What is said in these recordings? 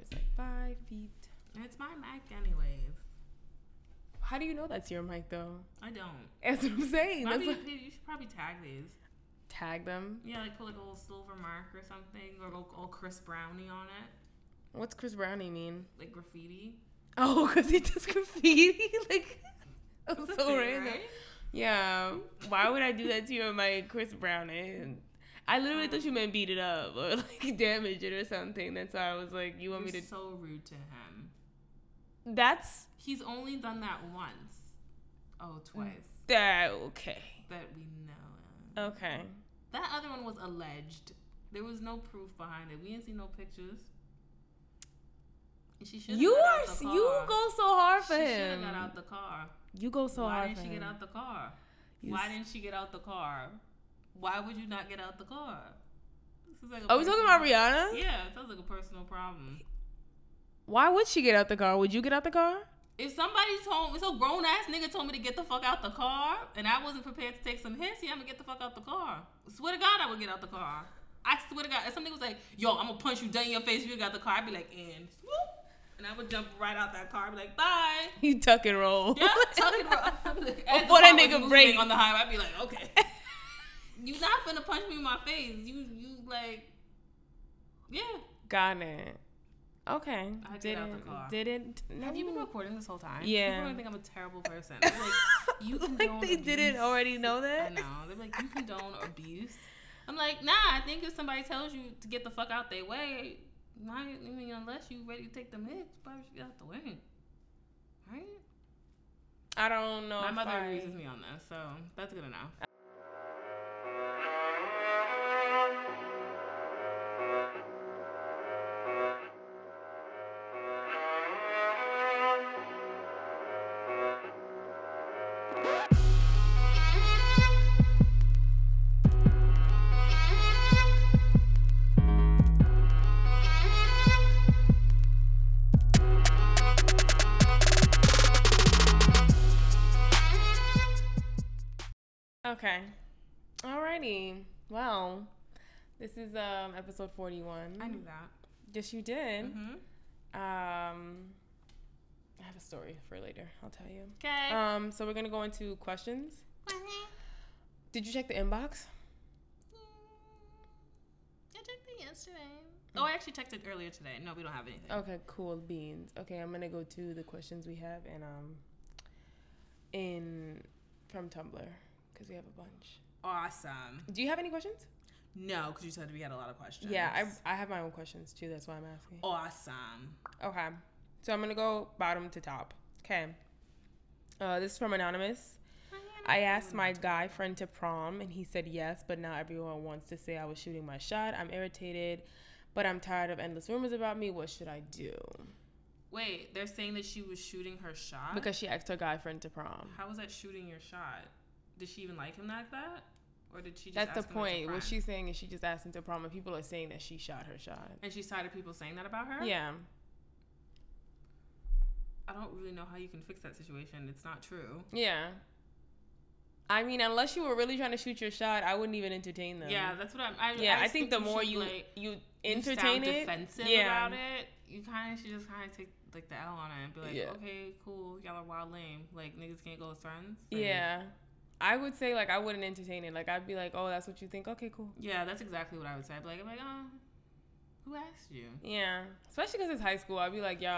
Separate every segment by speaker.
Speaker 1: It's like five feet.
Speaker 2: It's my mic, anyways.
Speaker 1: How do you know that's your mic though?
Speaker 2: I don't.
Speaker 1: That's what I'm saying. That's
Speaker 2: Maybe you
Speaker 1: what-
Speaker 2: could- you should probably tag these.
Speaker 1: Tag them.
Speaker 2: Yeah, like put like a little silver mark or something, or like all Chris Brownie on it,
Speaker 1: What's Chris Brownie mean?
Speaker 2: like graffiti.
Speaker 1: Oh, because he does graffiti. like, that was
Speaker 2: That's a
Speaker 1: so
Speaker 2: thing,
Speaker 1: random. Yeah. Why would I do that to you and my Chris Browning? I literally thought you meant beat it up or like damage it or something. That's why I was like, you want me
Speaker 2: You're
Speaker 1: to.
Speaker 2: so rude to him.
Speaker 1: That's
Speaker 2: He's only done that once.
Speaker 1: Mm.
Speaker 2: Oh, twice
Speaker 1: that. Okay.
Speaker 2: that we know. Of.
Speaker 1: Okay.
Speaker 2: That other one was alleged. There was no proof behind it. We didn't see no pictures. And She should.
Speaker 1: You
Speaker 2: got
Speaker 1: are.
Speaker 2: out the
Speaker 1: s-
Speaker 2: car.
Speaker 1: You go so hard for
Speaker 2: She should have
Speaker 1: him.
Speaker 2: got out the car.
Speaker 1: you go so
Speaker 2: Why
Speaker 1: hard
Speaker 2: didn't
Speaker 1: for
Speaker 2: she
Speaker 1: him.
Speaker 2: get out the car?
Speaker 1: You
Speaker 2: Why
Speaker 1: s-
Speaker 2: didn't she get out the car? Why would you not get out the car? This is like a
Speaker 1: Are we talking about
Speaker 2: personal-
Speaker 1: Rihanna?
Speaker 2: Yeah, it sounds like a personal problem.
Speaker 1: Why would she get out the car? Would you get out the car?
Speaker 2: If somebody told if some grown ass nigga told me to get the fuck out the car and I wasn't prepared to take some hits, yeah, I'm gonna get the fuck out the car. Swear to God, I would get out the car. I swear to God, if somebody was like, yo, I'm gonna punch you dead in your face if you got the car, I'd be like, and swoop. And I would jump right out that car, I'd be like, bye.
Speaker 1: You tuck and roll.
Speaker 2: Yeah, tuck it roll.
Speaker 1: Before that nigga break.
Speaker 2: on the highway, I'd be like, okay, you not finna punch me in my face. You you like, yeah.
Speaker 1: got it. Okay.
Speaker 2: I get
Speaker 1: didn't,
Speaker 2: out the car.
Speaker 1: Didn't. mm.
Speaker 2: Have you been recording this whole time?
Speaker 1: Yeah.
Speaker 2: People are gonna think I'm a terrible person. I'm like you
Speaker 1: Like,
Speaker 2: condone
Speaker 1: they
Speaker 2: abuse.
Speaker 1: didn't already know
Speaker 2: I
Speaker 1: that.
Speaker 2: know. They're like you condone abuse. I'm like nah. I think if somebody tells you to get the fuck out their way, not, I mean unless you ready to take them hits, you probably should get out the way. Right?
Speaker 1: I don't know.
Speaker 2: My
Speaker 1: if
Speaker 2: mother
Speaker 1: I-
Speaker 2: agrees with me on this, so that's good enough.
Speaker 1: Okay. Alrighty. Well, this is um episode forty-one.
Speaker 2: I knew that.
Speaker 1: Yes, you did.
Speaker 2: Mm-hmm.
Speaker 1: Um, I have a story for later. I'll tell you.
Speaker 2: Okay.
Speaker 1: Um, so we're gonna go into questions. Did you check the inbox?
Speaker 2: I checked it yesterday. Oh, I actually checked it earlier today. No, we don't have anything.
Speaker 1: Okay, cool beans. Okay, I'm gonna go to the questions we have in um in from Tumblr because we have a bunch.
Speaker 2: Awesome.
Speaker 1: Do you have any questions?
Speaker 2: No, because you said we had a lot of questions.
Speaker 1: Yeah, I I have my own questions too. That's why I'm asking.
Speaker 2: Awesome.
Speaker 1: Okay. So I'm going to go bottom to top. Okay. Uh, this is from Anonymous. I asked my guy friend to prom and he said yes, but now everyone wants to say I was shooting my shot. I'm irritated, but I'm tired of endless rumors about me. What should I do?
Speaker 2: Wait, they're saying that she was shooting her shot.
Speaker 1: Because she asked her guy friend to prom.
Speaker 2: how was that shooting your shot? Did she even like him like that, or did she? just
Speaker 1: That's the
Speaker 2: ask him as a
Speaker 1: point. What
Speaker 2: friend?
Speaker 1: she's saying is she just asked him to prom and people are saying that she shot her shot.
Speaker 2: And she's tired of people saying that about her.
Speaker 1: Yeah.
Speaker 2: I don't really know how you can fix that situation. It's not true.
Speaker 1: Yeah. I mean, unless you were really trying to shoot your shot, I wouldn't even entertain them.
Speaker 2: Yeah, that's what I'm. I,
Speaker 1: Yeah, I,
Speaker 2: just
Speaker 1: think the more
Speaker 2: should,
Speaker 1: you
Speaker 2: like,
Speaker 1: you
Speaker 2: you sound
Speaker 1: entertain it,
Speaker 2: defensive
Speaker 1: yeah.
Speaker 2: about it, you kind of should just kind of take like the L on it and be like,
Speaker 1: Yeah.
Speaker 2: okay, cool, y'all are wild lame. Like niggas can't go as friends. Like,
Speaker 1: Yeah. I would say like I wouldn't entertain it. Like I'd be like, "Oh, that's what you think. Okay, cool."
Speaker 2: Yeah, that's exactly what I would say. I'd be like, I'm like, uh, who asked you?
Speaker 1: Yeah. Especially cuz it's high school. I'd be like, "Y'all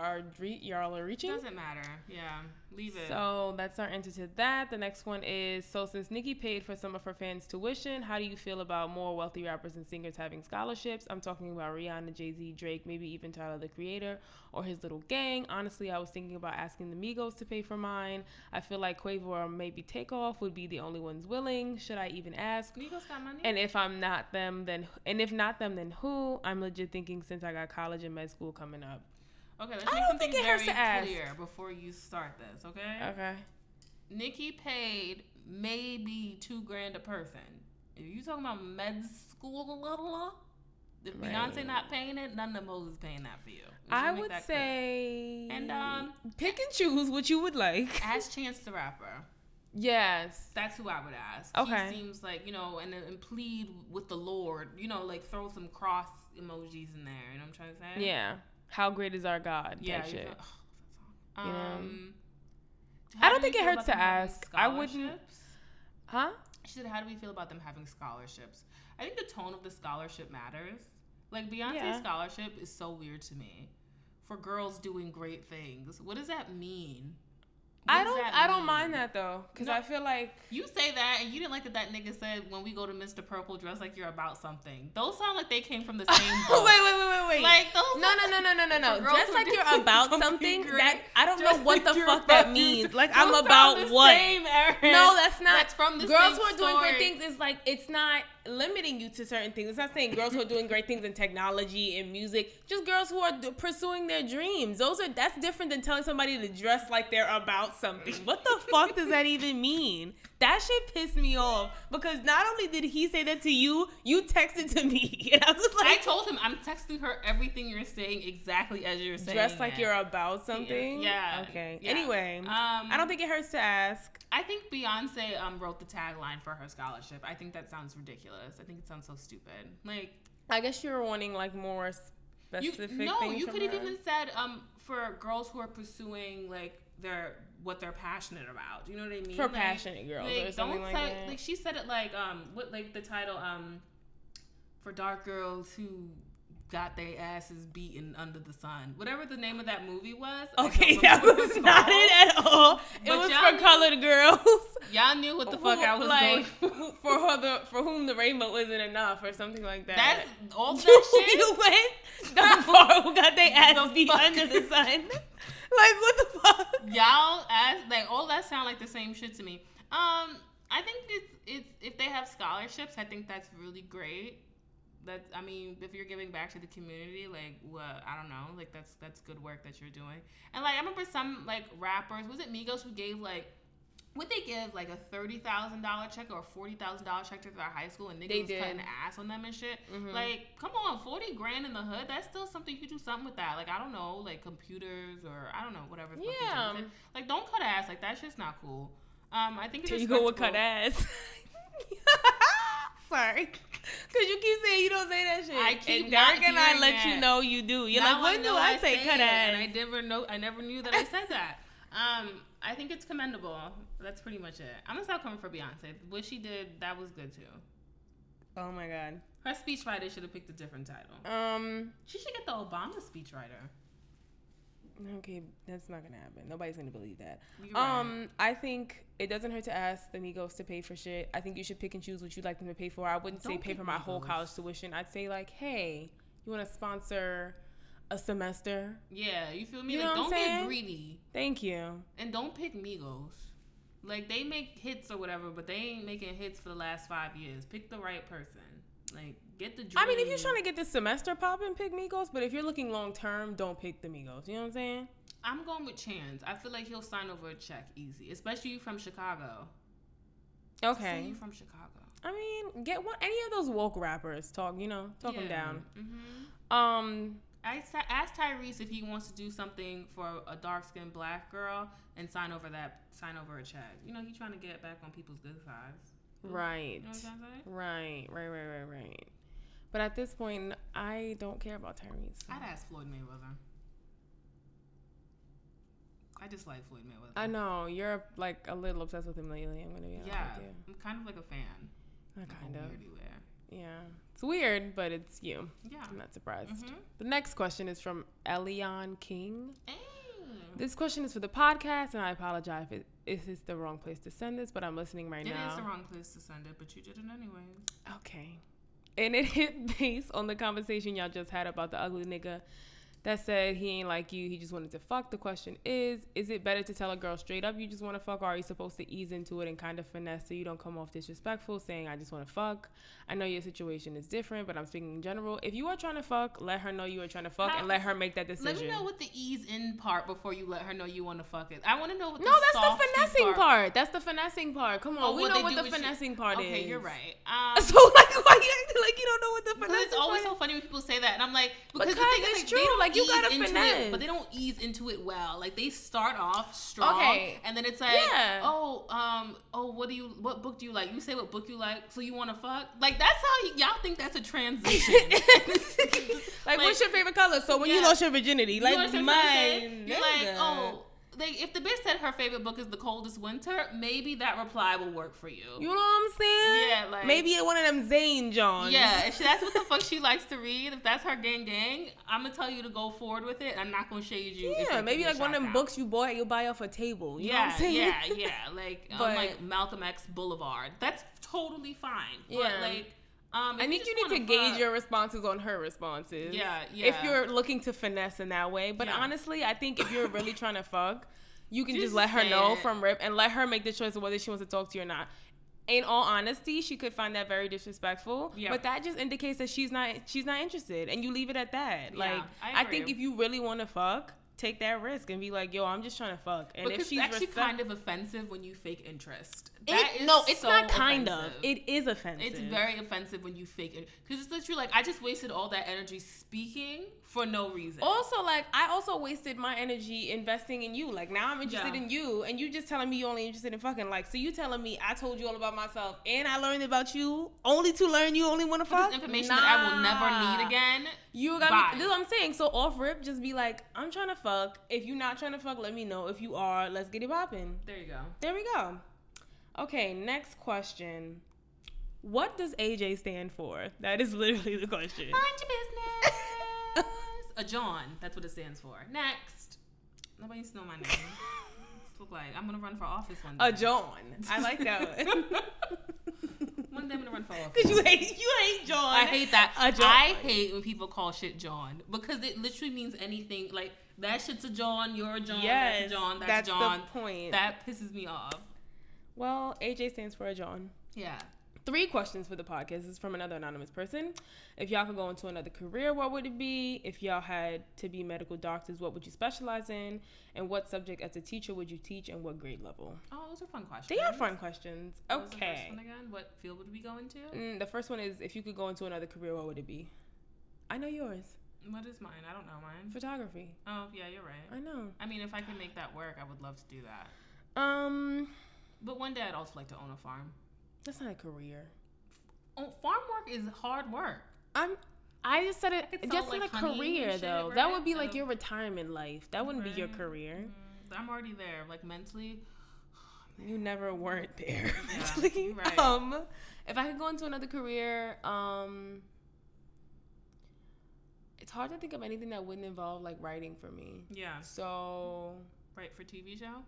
Speaker 1: are re- y'all are reaching."
Speaker 2: Doesn't matter. Yeah, leave it.
Speaker 1: So that's our answer to that. The next one is so since Nikki paid for some of her fans' tuition, how do you feel about more wealthy rappers and singers having scholarships? I'm talking about Rihanna, Jay Z, Drake, maybe even Tyler the Creator or his little gang. Honestly, I was thinking about asking the Migos to pay for mine. I feel like Quavo or maybe Takeoff would be the only ones willing. Should I even ask?
Speaker 2: Migos got money.
Speaker 1: And if I'm not them, then and if not them, then who? I'm legit thinking since I got college and med school coming up.
Speaker 2: okay, let's
Speaker 1: I
Speaker 2: make
Speaker 1: don't
Speaker 2: something
Speaker 1: think it hurts
Speaker 2: very
Speaker 1: to ask.
Speaker 2: clear before you start this. Okay.
Speaker 1: Okay.
Speaker 2: Nikki paid maybe two grand a person. If you talking about med school, if
Speaker 1: Right.
Speaker 2: Beyonce not paying it, none of those is paying that for you. We should
Speaker 1: I
Speaker 2: make
Speaker 1: would
Speaker 2: that clear.
Speaker 1: say
Speaker 2: And, um,
Speaker 1: pick and choose what you would like.
Speaker 2: ask Chance the Rapper.
Speaker 1: Yes.
Speaker 2: That's who I would ask.
Speaker 1: Okay.
Speaker 2: He seems like, you know, and, and plead with the Lord, you know, like throw some cross emojis in there. You know what I'm trying to say?
Speaker 1: Yeah. How great is our God? type
Speaker 2: Yeah. you
Speaker 1: shit.
Speaker 2: know-
Speaker 1: You know?
Speaker 2: Um,
Speaker 1: I
Speaker 2: how
Speaker 1: don't
Speaker 2: do we
Speaker 1: think it
Speaker 2: feel
Speaker 1: hurts
Speaker 2: about them
Speaker 1: to
Speaker 2: having
Speaker 1: ask. I wouldn't-
Speaker 2: scholarships?
Speaker 1: Huh?
Speaker 2: She said, "How do we feel about them having scholarships?" I think the tone of the scholarship matters. Like Beyonce's
Speaker 1: Yeah.
Speaker 2: scholarship is so weird to me. For girls doing great things, what does that mean? What
Speaker 1: I
Speaker 2: does
Speaker 1: don't.
Speaker 2: that
Speaker 1: I don't
Speaker 2: mean?
Speaker 1: mind that though, because
Speaker 2: No.
Speaker 1: I feel like
Speaker 2: You say that, and you didn't like that that nigga said when we go to Mr. Purple, dress like you're about something. Those sound like they came from the same.
Speaker 1: wait,
Speaker 2: book.
Speaker 1: wait, wait, wait, wait.
Speaker 2: Like those.
Speaker 1: no, no, no, no, no, no,
Speaker 2: For
Speaker 1: no.
Speaker 2: girls
Speaker 1: Just
Speaker 2: who
Speaker 1: like
Speaker 2: do
Speaker 1: you're about
Speaker 2: something
Speaker 1: something
Speaker 2: great,
Speaker 1: that I don't
Speaker 2: just
Speaker 1: know what
Speaker 2: like
Speaker 1: the
Speaker 2: you're
Speaker 1: fuck
Speaker 2: about
Speaker 1: that
Speaker 2: to-
Speaker 1: means. Like
Speaker 2: Those
Speaker 1: I'm
Speaker 2: sound
Speaker 1: about
Speaker 2: the
Speaker 1: what?
Speaker 2: Same, Erin.
Speaker 1: No, that's not.
Speaker 2: That's from the
Speaker 1: girls
Speaker 2: same
Speaker 1: who are doing great
Speaker 2: story.
Speaker 1: things is like it's not limiting you to certain things. It's not saying girls who are doing great things in technology and music, just girls who are d- pursuing their dreams. Those are that's different than telling somebody to dress like they're about something. What the fuck does that even mean? That shit pissed me off because not only did he say that to you, you texted to me, and I was
Speaker 2: I
Speaker 1: like,
Speaker 2: told him I'm texting her everything you're saying exactly as you're saying.
Speaker 1: dress like
Speaker 2: it.
Speaker 1: you're about something.
Speaker 2: Yeah.
Speaker 1: Okay.
Speaker 2: Yeah.
Speaker 1: Anyway,
Speaker 2: Um,
Speaker 1: I don't think it hurts to ask.
Speaker 2: I think Beyonce um, wrote the tagline for her scholarship. I think that sounds ridiculous. I think it sounds so stupid. Like
Speaker 1: I guess you were wanting like more
Speaker 2: you,
Speaker 1: specific.
Speaker 2: no,
Speaker 1: things
Speaker 2: you
Speaker 1: from
Speaker 2: could have
Speaker 1: her.
Speaker 2: even said um, for girls who are pursuing like their what they're passionate about. You know what I mean?
Speaker 1: for
Speaker 2: Like,
Speaker 1: passionate girls or
Speaker 2: Like,
Speaker 1: something
Speaker 2: don't
Speaker 1: like
Speaker 2: say-
Speaker 1: that.
Speaker 2: like she said it like um what like the title um for dark girls who got their asses beaten under the sun whatever the name of that movie was I don't
Speaker 1: okay,
Speaker 2: remember
Speaker 1: that
Speaker 2: what it
Speaker 1: was not
Speaker 2: called.
Speaker 1: it at all. It
Speaker 2: But
Speaker 1: was
Speaker 2: y'all
Speaker 1: for colored girls.
Speaker 2: y'all knew what the fuck
Speaker 1: Who,
Speaker 2: I was
Speaker 1: like
Speaker 2: going
Speaker 1: who- for her the, for whom the rainbow isn't enough or something like that.
Speaker 2: that's all that shit
Speaker 1: you went the far who got their ass
Speaker 2: The
Speaker 1: beat
Speaker 2: fuck?
Speaker 1: under the sun. Like what the fuck?
Speaker 2: y'all ask like all that sound like the same shit to me. Um, I think it's it's if they have scholarships, I think that's really great. That's I mean, if you're giving back to the community, like what I don't know, like that's that's good work that you're doing. And like I remember some like rappers, was it Migos who gave like would they give like a thirty thousand dollar check or a forty thousand dollar check to their high school and niggas
Speaker 1: They
Speaker 2: was
Speaker 1: did. Mm-hmm.
Speaker 2: cutting ass on them and shit? Like, come on, forty grand in the hood, that's still something you could do something with that. Like I don't know, like computers or I don't know, whatever the fuck you do
Speaker 1: Yeah.
Speaker 2: with it. Like, don't cut ass. Like, that shit's not cool. Um, I think it's
Speaker 1: Here you go with cut
Speaker 2: respectful.
Speaker 1: ass. Sorry. Cause you keep saying you don't say that shit.
Speaker 2: I keep
Speaker 1: and
Speaker 2: not
Speaker 1: Derek and I
Speaker 2: hearing
Speaker 1: let you
Speaker 2: that.
Speaker 1: know you do. You're
Speaker 2: Now
Speaker 1: like, when do
Speaker 2: know
Speaker 1: I say cut
Speaker 2: it,
Speaker 1: ass?
Speaker 2: And I never know. I never knew that I said that. Um, I think it's commendable. That's pretty much it. I'm gonna stop coming for Beyonce. What she did, that was good too.
Speaker 1: oh my god.
Speaker 2: Her speechwriter should have picked a different title.
Speaker 1: Um.
Speaker 2: She should get the Obama speechwriter.
Speaker 1: Okay, that's not gonna happen. Nobody's gonna believe that.
Speaker 2: You're right.
Speaker 1: Um, I think it doesn't hurt to ask the Migos to pay for shit. I think you should pick and choose what you'd like them to pay for. I wouldn't say
Speaker 2: Don't
Speaker 1: pay
Speaker 2: pick
Speaker 1: for my whole
Speaker 2: Migos.
Speaker 1: college tuition. I'd say like, hey, you want to sponsor a semester?
Speaker 2: Yeah, you feel me?
Speaker 1: You
Speaker 2: like,
Speaker 1: know what I'm
Speaker 2: don't
Speaker 1: saying?
Speaker 2: get greedy
Speaker 1: Thank you.
Speaker 2: and don't pick Migos. Like they make hits or whatever, but they ain't making hits for the last five years. Pick the right person. Like get the. Dream.
Speaker 1: I mean, if you're trying to get this semester popping, pick Migos. But if you're looking long term, don't pick the Migos. You know what I'm saying?
Speaker 2: I'm going with Chance. I feel like he'll sign over a check easy, especially you from Chicago.
Speaker 1: Okay.
Speaker 2: you from Chicago.
Speaker 1: I mean, get one any of those woke rappers. Talk, you know, talk them down.
Speaker 2: hmm
Speaker 1: Um,
Speaker 2: I sa- asked Tyrese if he wants to do something for a dark skinned black girl and sign over that sign over a check. You know, he's trying to get back on people's good sides.
Speaker 1: right.
Speaker 2: You know what I'm trying to say?
Speaker 1: Right, right, right, right, right. But at this point, I don't care about Tyrese.
Speaker 2: I'd ask Floyd Mayweather. I just like Floyd Mayweather.
Speaker 1: I know you're like a little obsessed with him lately. I'm gonna be honest
Speaker 2: yeah,
Speaker 1: with
Speaker 2: I'm kind of like a fan.
Speaker 1: you. I
Speaker 2: Like a
Speaker 1: kind of.
Speaker 2: weirdy wear.
Speaker 1: Yeah, it's weird, but it's you.
Speaker 2: Yeah.
Speaker 1: I'm not surprised.
Speaker 2: Mhm.
Speaker 1: The next question is from Elion King.
Speaker 2: Ayy.
Speaker 1: This question is for the podcast, and I apologize if, it, if it's the wrong place to send this, but I'm listening right
Speaker 2: It
Speaker 1: now.
Speaker 2: is the wrong place to send it, but you did it anyways.
Speaker 1: Okay. And it hit based on the conversation y'all just had about the ugly nigga that said he ain't like you, he just wanted to fuck. The question is, is it better to tell a girl straight up you just want to fuck, or are you supposed to ease into it and kind of finesse so you don't come off disrespectful saying I just want to fuck? I know your situation is different, but I'm speaking in general. If you are trying to fuck, let her know you are trying to fuck
Speaker 2: How-
Speaker 1: and let her make that decision.
Speaker 2: Let me know what the ease in part before you let her know you want to fuck it. I want to know what.
Speaker 1: no, that's the
Speaker 2: softy
Speaker 1: finessing part. That's the finessing part. Come on,
Speaker 2: Oh,
Speaker 1: we
Speaker 2: what
Speaker 1: know
Speaker 2: they
Speaker 1: what
Speaker 2: do
Speaker 1: the
Speaker 2: with you-
Speaker 1: finessing part
Speaker 2: okay,
Speaker 1: is.
Speaker 2: you're right. Um,
Speaker 1: So like why you acting like you don't know what the
Speaker 2: Because
Speaker 1: finesse
Speaker 2: it's
Speaker 1: is
Speaker 2: always
Speaker 1: like?
Speaker 2: so funny when people say that, and I'm like, because, the
Speaker 1: Because
Speaker 2: thing is,
Speaker 1: it's
Speaker 2: like,
Speaker 1: true.
Speaker 2: They don't
Speaker 1: Like, you
Speaker 2: ease
Speaker 1: gotta
Speaker 2: into
Speaker 1: finesse.
Speaker 2: it, but they don't ease into it well. Like they start off strong,
Speaker 1: Okay.
Speaker 2: and then it's like,
Speaker 3: Yeah.
Speaker 2: oh, um, oh, what do you, what book do you like? You say what book you like, so you want to fuck. Like that's how y- y'all think that's a transition.
Speaker 1: like, what's your favorite color? So when you
Speaker 2: Yeah.
Speaker 1: lost your virginity,
Speaker 2: You
Speaker 1: like
Speaker 2: understand what I'm saying?
Speaker 1: mine,
Speaker 2: You're like,
Speaker 1: nigga.
Speaker 2: oh. Like, if the bitch said her favorite book is The Coldest Winter, maybe that reply will work for you.
Speaker 1: you know what I'm saying?
Speaker 2: Yeah, like-
Speaker 1: maybe it one of them Zane Johns.
Speaker 2: Yeah, if she, that's what the fuck she likes to read, if that's her gang gang, I'm gonna tell you to go forward with it. I'm not gonna shade you. if
Speaker 1: yeah.
Speaker 2: you're
Speaker 1: Maybe
Speaker 2: getting
Speaker 1: like one of
Speaker 2: shot
Speaker 1: them
Speaker 2: down.
Speaker 1: books you bought, you buy off a table. You know what
Speaker 2: yeah,
Speaker 1: I'm saying?
Speaker 2: yeah, yeah. Like, um,
Speaker 1: But-
Speaker 2: like Malcolm X Boulevard. That's totally fine. But
Speaker 1: Yeah.
Speaker 2: like, um, if
Speaker 1: I think
Speaker 2: just
Speaker 1: you need to
Speaker 2: wanna
Speaker 1: gauge
Speaker 2: fuck-
Speaker 1: your responses on her responses.
Speaker 2: Yeah,
Speaker 1: If
Speaker 2: yeah.
Speaker 1: you're looking to finesse in that way, but
Speaker 2: Yeah.
Speaker 1: honestly, I think if you're really trying to fuck, you can just,
Speaker 2: Just
Speaker 1: let her
Speaker 2: say
Speaker 1: know
Speaker 2: it.
Speaker 1: from rip and let her make the choice of whether she wants to talk to you or not. In all honesty, she could find that very disrespectful,
Speaker 2: Yeah.
Speaker 1: but that just indicates that she's not she's not interested, and you leave it at that.
Speaker 2: Yeah,
Speaker 1: like
Speaker 2: I
Speaker 1: I, think
Speaker 2: agree.
Speaker 1: if you really want to fuck, take that risk and be like, "Yo, I'm just trying to fuck," and
Speaker 2: Because
Speaker 1: if she's
Speaker 2: it's actually
Speaker 1: recep-
Speaker 2: kind of offensive when you fake interest.
Speaker 1: It-
Speaker 2: That is
Speaker 1: no, it's
Speaker 2: so
Speaker 1: not kind
Speaker 2: offensive.
Speaker 1: of. It is offensive.
Speaker 2: It's very offensive when you fake it because it's literally like I just wasted all that energy speaking for no reason.
Speaker 1: Also, like I also wasted my energy investing in you. Like now I'm interested
Speaker 2: Yeah.
Speaker 1: in you, and you just telling me you're only interested in fucking. Like so, you telling me I told you all about myself, and I learned about you only to learn you only want to fuck.
Speaker 2: This information that I will never need
Speaker 1: Nah.
Speaker 2: again.
Speaker 1: You got
Speaker 2: Bye.
Speaker 1: me. This is what I'm saying. So off rip, just be like, I'm trying to fuck. If you're not trying to fuck, let me know. If you are, let's get it popping.
Speaker 2: There you go.
Speaker 1: There we go. Okay, next question. What does AJ stand for? That is literally the question.
Speaker 2: Mind your business. a John. That's what it stands for. Next. Nobody needs to know my name. It's look like I'm gonna run for office one day.
Speaker 1: A John. I like that one.
Speaker 2: One day I'm gonna run for office.
Speaker 1: Cause you hate you hate John.
Speaker 2: I hate that.
Speaker 1: A John.
Speaker 2: I hate when people call shit John because it literally means anything. Like that shit's a John. You're a John. that's
Speaker 1: Yes,
Speaker 2: a John. That's,
Speaker 1: that's
Speaker 2: a John.
Speaker 1: the point.
Speaker 2: That pisses me off.
Speaker 1: well, AJ stands for a John.
Speaker 2: Yeah.
Speaker 1: Three questions for the podcast. This is from another anonymous person. If y'all could go into another career, what would it be? If y'all had to be medical doctors, what would you specialize in? And what subject as a teacher would you teach and what grade level?
Speaker 2: Oh, those are fun questions.
Speaker 1: They are fun questions.
Speaker 2: What was the first
Speaker 1: Okay.
Speaker 2: one again? What field would we go into?
Speaker 1: Mm, the first one is if you could go into another career, what would it be? I know yours.
Speaker 2: What is mine? I don't know mine.
Speaker 1: Photography.
Speaker 2: Oh, yeah, you're
Speaker 1: I
Speaker 2: right.
Speaker 1: know.
Speaker 2: I mean, if I can make that work, I would love to do that.
Speaker 1: Um,
Speaker 2: But one day I'd also like to own a farm.
Speaker 1: that's not a career.
Speaker 2: Oh, farm work is hard work.
Speaker 1: I'm. I just said
Speaker 2: could
Speaker 1: it.
Speaker 2: sell,
Speaker 1: Just
Speaker 2: like,
Speaker 1: in a
Speaker 2: honey and
Speaker 1: career,
Speaker 2: shit,
Speaker 1: though. That would
Speaker 2: right?
Speaker 1: be like
Speaker 2: So-
Speaker 1: your retirement life. That wouldn't be your
Speaker 2: Right. Mm-hmm.
Speaker 1: career.
Speaker 2: I'm already there, like mentally.
Speaker 1: You never weren't there.
Speaker 2: Yeah,
Speaker 1: mentally.
Speaker 2: right.
Speaker 1: Um, if I could go into another career, um, it's hard to think of anything that wouldn't involve like writing for me.
Speaker 2: Yeah,
Speaker 1: So
Speaker 2: right for TV show.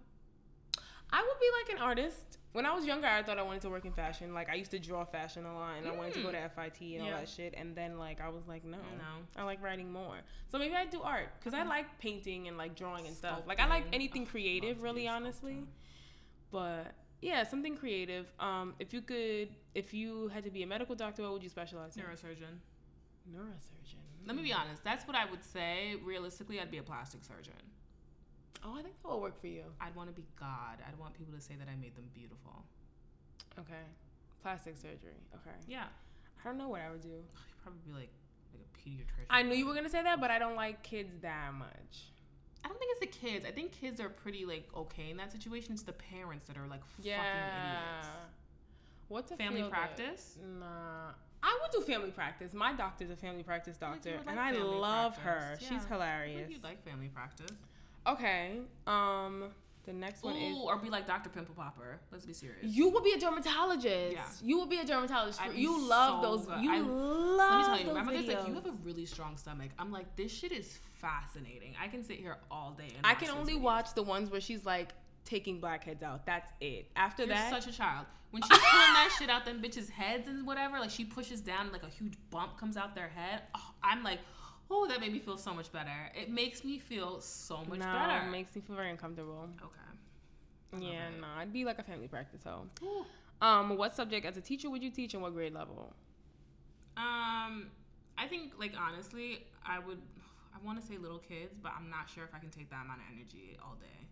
Speaker 1: I would be like an artist. When I was younger, I thought I wanted to work in fashion. Like I used to draw fashion a lot, and I wanted to go to FIT and all
Speaker 2: Yeah.
Speaker 1: that shit. And then like I was like, no,
Speaker 2: No.
Speaker 1: I like writing more. So maybe I do art because I like painting and like drawing and stuff. Like Mm. I like
Speaker 2: Sculpting.
Speaker 1: anything
Speaker 2: Oh, love
Speaker 1: creative,
Speaker 2: to
Speaker 1: really
Speaker 2: do
Speaker 1: honestly.
Speaker 2: sculpting.
Speaker 1: But yeah, something creative. Um, if you could, if you had to be a medical doctor, what would you specialize in?
Speaker 2: Neurosurgeon.
Speaker 1: Neurosurgeon.
Speaker 2: Let me be honest. That's what I would say. Realistically, I'd be a plastic surgeon.
Speaker 1: Oh, I think that will work for you.
Speaker 2: I'd want to be God. I'd want people to say that I made them beautiful.
Speaker 1: Okay, plastic surgery. Okay,
Speaker 2: Yeah,
Speaker 1: I don't know what I would do.
Speaker 2: I'd probably be like like a pediatrician.
Speaker 1: I knew you were gonna say that, but I don't like kids that much.
Speaker 2: I don't think it's the kids. I think kids are pretty like okay in that situation. It's the parents that are like fucking idiots.
Speaker 1: What's a
Speaker 2: Family
Speaker 1: field that-
Speaker 2: practice?
Speaker 1: Nah. I would do family practice. My doctor's a family practice
Speaker 2: feel like you
Speaker 1: doctor,
Speaker 2: would
Speaker 1: and I
Speaker 2: like family
Speaker 1: love her.
Speaker 2: practice.
Speaker 1: She's
Speaker 2: Yeah. I think
Speaker 1: hilarious.
Speaker 2: you'd like family practice.
Speaker 1: Okay. Um, the next one
Speaker 2: Ooh,
Speaker 1: is
Speaker 2: or be like Dr. Pimple Popper. Let's be serious.
Speaker 1: you will be a dermatologist.
Speaker 2: Yeah.
Speaker 1: You will be a dermatologist.
Speaker 2: I'd
Speaker 1: For,
Speaker 2: be
Speaker 1: you love
Speaker 2: so
Speaker 1: those.
Speaker 2: good.
Speaker 1: You
Speaker 2: I- Let me
Speaker 1: love
Speaker 2: tell you, my
Speaker 1: those
Speaker 2: mother's like, you
Speaker 1: videos.
Speaker 2: have a really strong stomach. I'm like, this shit is fascinating. I can sit here all day. And
Speaker 1: I
Speaker 2: watch
Speaker 1: can
Speaker 2: this
Speaker 1: only
Speaker 2: video."
Speaker 1: watch the ones where she's like taking blackheads out. That's it. After
Speaker 2: You're
Speaker 1: that,
Speaker 2: such a child. When she's pulling that shit out them bitches' heads and whatever, like she pushes down, like a huge bump comes out their head. Oh, I'm like, oh, that made me feel so much better. It makes me feel so much
Speaker 1: no,
Speaker 2: better.
Speaker 1: it makes me feel very uncomfortable.
Speaker 2: okay.
Speaker 1: Yeah, no, I'd be like a family practice hoe.
Speaker 2: Ooh.
Speaker 1: Um, what subject as a teacher would you teach and what grade level?
Speaker 2: Um, I think like honestly, I would. I want to say little kids, but I'm not sure if I can take that amount of energy all day.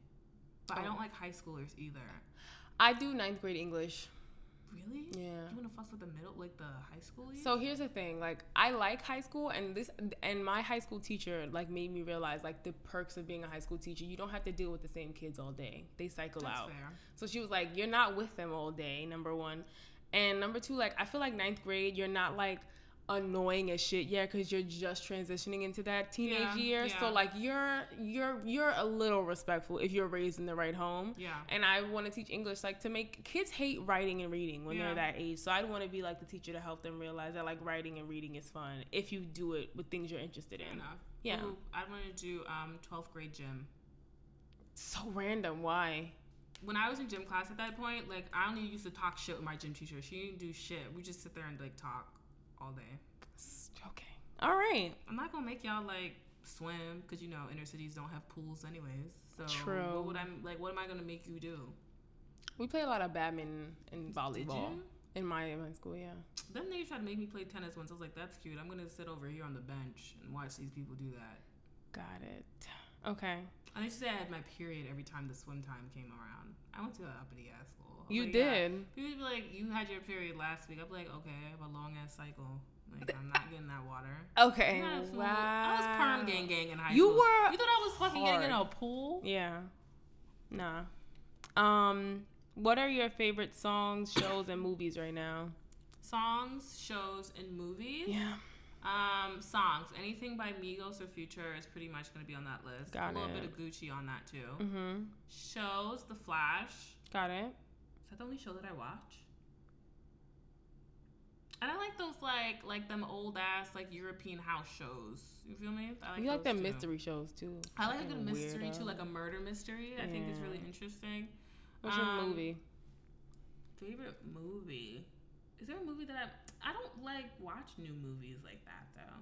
Speaker 2: But I
Speaker 1: Oh.
Speaker 2: don't like high schoolers either.
Speaker 1: I do ninth grade English.
Speaker 2: really?
Speaker 1: Yeah.
Speaker 2: You want to fuss with the middle, like the high school? years?
Speaker 1: So here's the thing, like I like high school and this and my high school teacher like made me realize like the perks of being a high school teacher. You don't have to deal with the same kids all day. They cycle
Speaker 2: that's
Speaker 1: out.
Speaker 2: fair.
Speaker 1: So she was like, You're not with them all day, number one. And number two, like, I feel like ninth grade, you're not like annoying as shit yet because you're just transitioning into that teenage
Speaker 2: Yeah,
Speaker 1: year.
Speaker 2: yeah.
Speaker 1: So like you're you're you're a little respectful if you're raised in the right home.
Speaker 2: Yeah.
Speaker 1: And I want to teach English like to make kids hate writing and reading when
Speaker 2: Yeah.
Speaker 1: they're that age. So I'd want to be like the teacher to help them realize that like writing and reading is fun if you do it with things you're interested
Speaker 2: Fair
Speaker 1: in.
Speaker 2: enough.
Speaker 1: Yeah.
Speaker 2: Ooh, I wanted to do um 12th grade gym.
Speaker 1: So random. Why?
Speaker 2: When I was in gym class at that point, like I only used to talk shit with my gym teacher. She didn't do shit. We just sit there and like talk all day.
Speaker 1: S- Okay. All right.
Speaker 2: I'm not gonna make y'all like swim because you know inner cities don't have pools anyways. So
Speaker 1: True.
Speaker 2: What would I like? What am I gonna make you do?
Speaker 1: We play a lot of badminton and volleyball
Speaker 2: you?
Speaker 1: in my my school. Yeah.
Speaker 2: Them niggas tried to make me play tennis once. I was like, that's cute. I'm gonna sit over here on the bench and watch these people do that.
Speaker 1: Got it. Okay.
Speaker 2: And they just said I had my period every time the swim time came around. I went to an uppity ass school.
Speaker 1: You
Speaker 2: Like, yeah.
Speaker 1: did.
Speaker 2: People would be like, you had your period last week. I'd be like, okay, I have a long ass cycle. Like, I'm not getting that water.
Speaker 1: Okay.
Speaker 2: You know, absolutely- I was perm gang gang in high
Speaker 1: You
Speaker 2: school.
Speaker 1: were
Speaker 2: You thought I was fucking getting in a
Speaker 1: hard.
Speaker 2: pool?
Speaker 1: Yeah. Nah. Um, what are your favorite songs, shows, and movies right now?
Speaker 2: Songs, shows, and movies.
Speaker 1: Yeah.
Speaker 2: Um, songs. Anything by Migos or Future is pretty much gonna be on that list.
Speaker 1: Got
Speaker 2: a little
Speaker 1: it.
Speaker 2: bit of Gucci on that too.
Speaker 1: Mm-hmm.
Speaker 2: Shows, The Flash.
Speaker 1: Got it.
Speaker 2: Is that the only show that I watch? And I like those like like them old ass like European house shows. You feel me? I
Speaker 1: you like
Speaker 2: those
Speaker 1: them
Speaker 2: too.
Speaker 1: mystery shows too.
Speaker 2: I like a good
Speaker 1: Kinda
Speaker 2: mystery too,
Speaker 1: weirdo.
Speaker 2: like a murder mystery. I think it's
Speaker 1: Yeah.
Speaker 2: really interesting.
Speaker 1: What's your
Speaker 2: um,
Speaker 1: movie?
Speaker 2: Favorite movie? Is there a movie that I I don't like watch new movies like that though.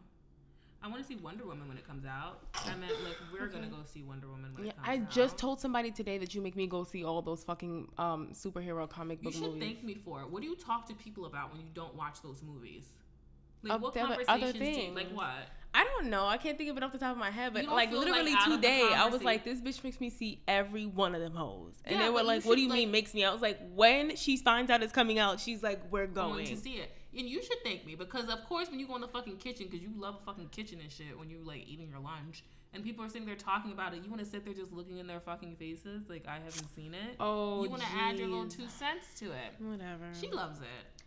Speaker 2: I want to see Wonder Woman when it comes out. I meant like we're gonna go see Wonder Woman when
Speaker 1: Yeah,
Speaker 2: it comes
Speaker 1: I
Speaker 2: out.
Speaker 1: just told somebody today that you make me go see all those fucking um superhero comic
Speaker 2: you
Speaker 1: book
Speaker 2: should
Speaker 1: movies.
Speaker 2: thank me for it. What do you talk to people about when you don't watch those movies? Like
Speaker 1: Of
Speaker 2: what
Speaker 1: the other- other
Speaker 2: conversations do you, like
Speaker 1: things.
Speaker 2: what?
Speaker 1: I don't know. I can't think of it off the top of my head, but
Speaker 2: You don't
Speaker 1: like
Speaker 2: feel, like,
Speaker 1: literally
Speaker 2: out of the
Speaker 1: today, I was
Speaker 2: conversa-
Speaker 1: like, this bitch makes me see every one of them hoes. And
Speaker 2: Yeah,
Speaker 1: they were
Speaker 2: but you
Speaker 1: like, what do
Speaker 2: should,
Speaker 1: you mean
Speaker 2: like-
Speaker 1: makes me? I was like, when she finds out it's coming out, she's like, we're
Speaker 2: going
Speaker 1: going.
Speaker 2: to see it. And you should thank me because, of course, when you go in the fucking kitchen, because you love fucking kitchen and shit when you like eating your lunch, and people are sitting there talking about it, you want to sit there just looking in their fucking faces like I haven't seen it.
Speaker 1: Oh,
Speaker 2: you want to add your little
Speaker 1: jeez. Mm.
Speaker 2: two cents to it.
Speaker 1: Whatever.
Speaker 2: She loves it.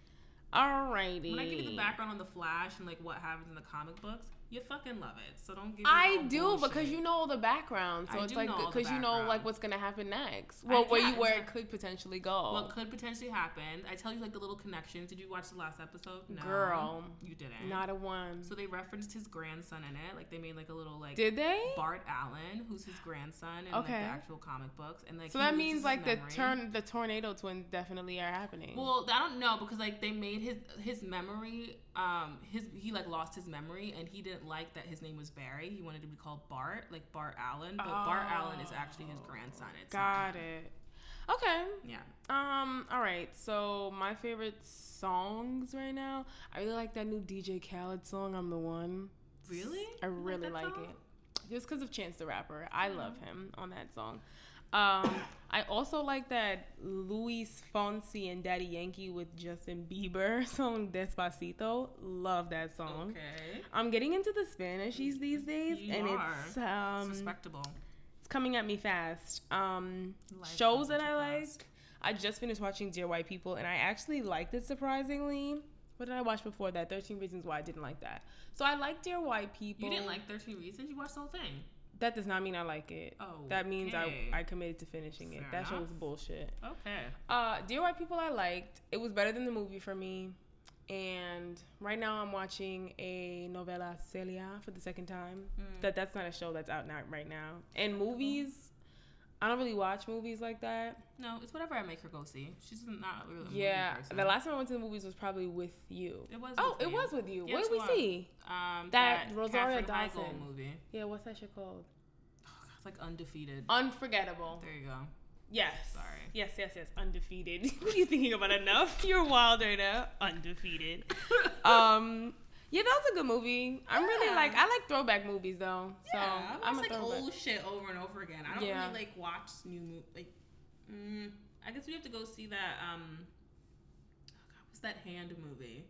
Speaker 1: Alrighty.
Speaker 2: When I give you the background on the Flash and like what happens in the comic books, you fucking love it. So don't give. Me
Speaker 1: I
Speaker 2: no
Speaker 1: do
Speaker 2: bullshit.
Speaker 1: because you know all the background, so
Speaker 2: I
Speaker 1: it's
Speaker 2: do
Speaker 1: like
Speaker 2: know all the
Speaker 1: because you know
Speaker 2: background.
Speaker 1: like what's gonna happen next. Well, where
Speaker 2: yeah,
Speaker 1: you where it
Speaker 2: exactly.
Speaker 1: could potentially go.
Speaker 2: what could potentially happen. I tell you like the little connections. Did you watch the last episode? No,
Speaker 1: Girl.
Speaker 2: you didn't.
Speaker 1: Not a one.
Speaker 2: so they referenced his grandson in it. Like they made like a little like
Speaker 1: Did they?
Speaker 2: Bart Allen, who's his grandson in like,
Speaker 1: Okay.
Speaker 2: the actual comic books, and like
Speaker 1: So
Speaker 2: he
Speaker 1: that
Speaker 2: loses
Speaker 1: means
Speaker 2: his
Speaker 1: like the
Speaker 2: memory.
Speaker 1: turn the tornado twins definitely are happening.
Speaker 2: Well, I don't know because like they made his his memory, um, his he like lost his memory and he didn't like that his name was Barry. He wanted to be called Bart, like Bart Allen, but Bart Allen is actually his
Speaker 1: Oh,
Speaker 2: grandson. It's not
Speaker 1: Got
Speaker 2: him.
Speaker 1: it. Okay.
Speaker 2: Yeah,
Speaker 1: Um. All right. So my favorite songs right now. I really like that new DJ Khaled song. I'm the one.
Speaker 2: really?
Speaker 1: I
Speaker 2: You
Speaker 1: really
Speaker 2: that
Speaker 1: like
Speaker 2: song?
Speaker 1: it. Just because of Chance the Rapper. I love him on that song. Um, I also like that Luis Fonsi and Daddy Yankee with Justin Bieber song Despacito. Love that song.
Speaker 2: Okay,
Speaker 1: I'm getting into the Spanishies these days,
Speaker 2: You
Speaker 1: and
Speaker 2: are.
Speaker 1: it's
Speaker 2: it's
Speaker 1: um,
Speaker 2: respectable.
Speaker 1: it's coming at me fast. Um,
Speaker 2: Life
Speaker 1: shows
Speaker 2: comes
Speaker 1: that
Speaker 2: at
Speaker 1: I
Speaker 2: you
Speaker 1: like.
Speaker 2: fast.
Speaker 1: I just finished watching Dear White People, and I actually liked it surprisingly. What did I watch before that? Thirteen Reasons Why I didn't like that. So I like Dear White People.
Speaker 2: You didn't like Thirteen Reasons? You watched the whole thing.
Speaker 1: That does not mean I like it.
Speaker 2: Oh,
Speaker 1: That means
Speaker 2: okay.
Speaker 1: I I committed to finishing it.
Speaker 2: Fair
Speaker 1: that show
Speaker 2: enough.
Speaker 1: was bullshit.
Speaker 2: Okay.
Speaker 1: Uh, Dear White People, I liked. It was better than the movie for me. And right now, I'm watching a novela Celia for the second time. That that's not a show that's out now right now. And movies, I don't really watch movies like that.
Speaker 2: No, it's whatever I make her go see. She's not really. A movie
Speaker 1: yeah,
Speaker 2: person.
Speaker 1: the last time I went to the movies was probably with you.
Speaker 2: It was.
Speaker 1: oh,
Speaker 2: with
Speaker 1: it
Speaker 2: me.
Speaker 1: was with you.
Speaker 2: Yes,
Speaker 1: what did we
Speaker 2: it was.
Speaker 1: see?
Speaker 2: Um,
Speaker 1: That
Speaker 2: that,
Speaker 1: Rosario
Speaker 2: Rosario Dawson
Speaker 1: Dawson.
Speaker 2: movie. Oh,
Speaker 1: Yeah, what's that shit called?
Speaker 2: It's like undefeated.
Speaker 1: Unforgettable.
Speaker 2: There you go.
Speaker 1: Yes.
Speaker 2: Sorry.
Speaker 1: Yes, yes, yes. Undefeated. what are you thinking about enough? You're wild right now. Undefeated. um yeah, that was a good movie. I'm really
Speaker 2: Yeah.
Speaker 1: like I like throwback movies though.
Speaker 2: yeah,
Speaker 1: so
Speaker 2: I
Speaker 1: I'm
Speaker 2: watch
Speaker 1: a
Speaker 2: like
Speaker 1: throwback.
Speaker 2: old shit over and over again. I don't
Speaker 1: Yeah.
Speaker 2: really like watch new movies. Like, mm, I guess we have to go see that. Um, What's that hand movie?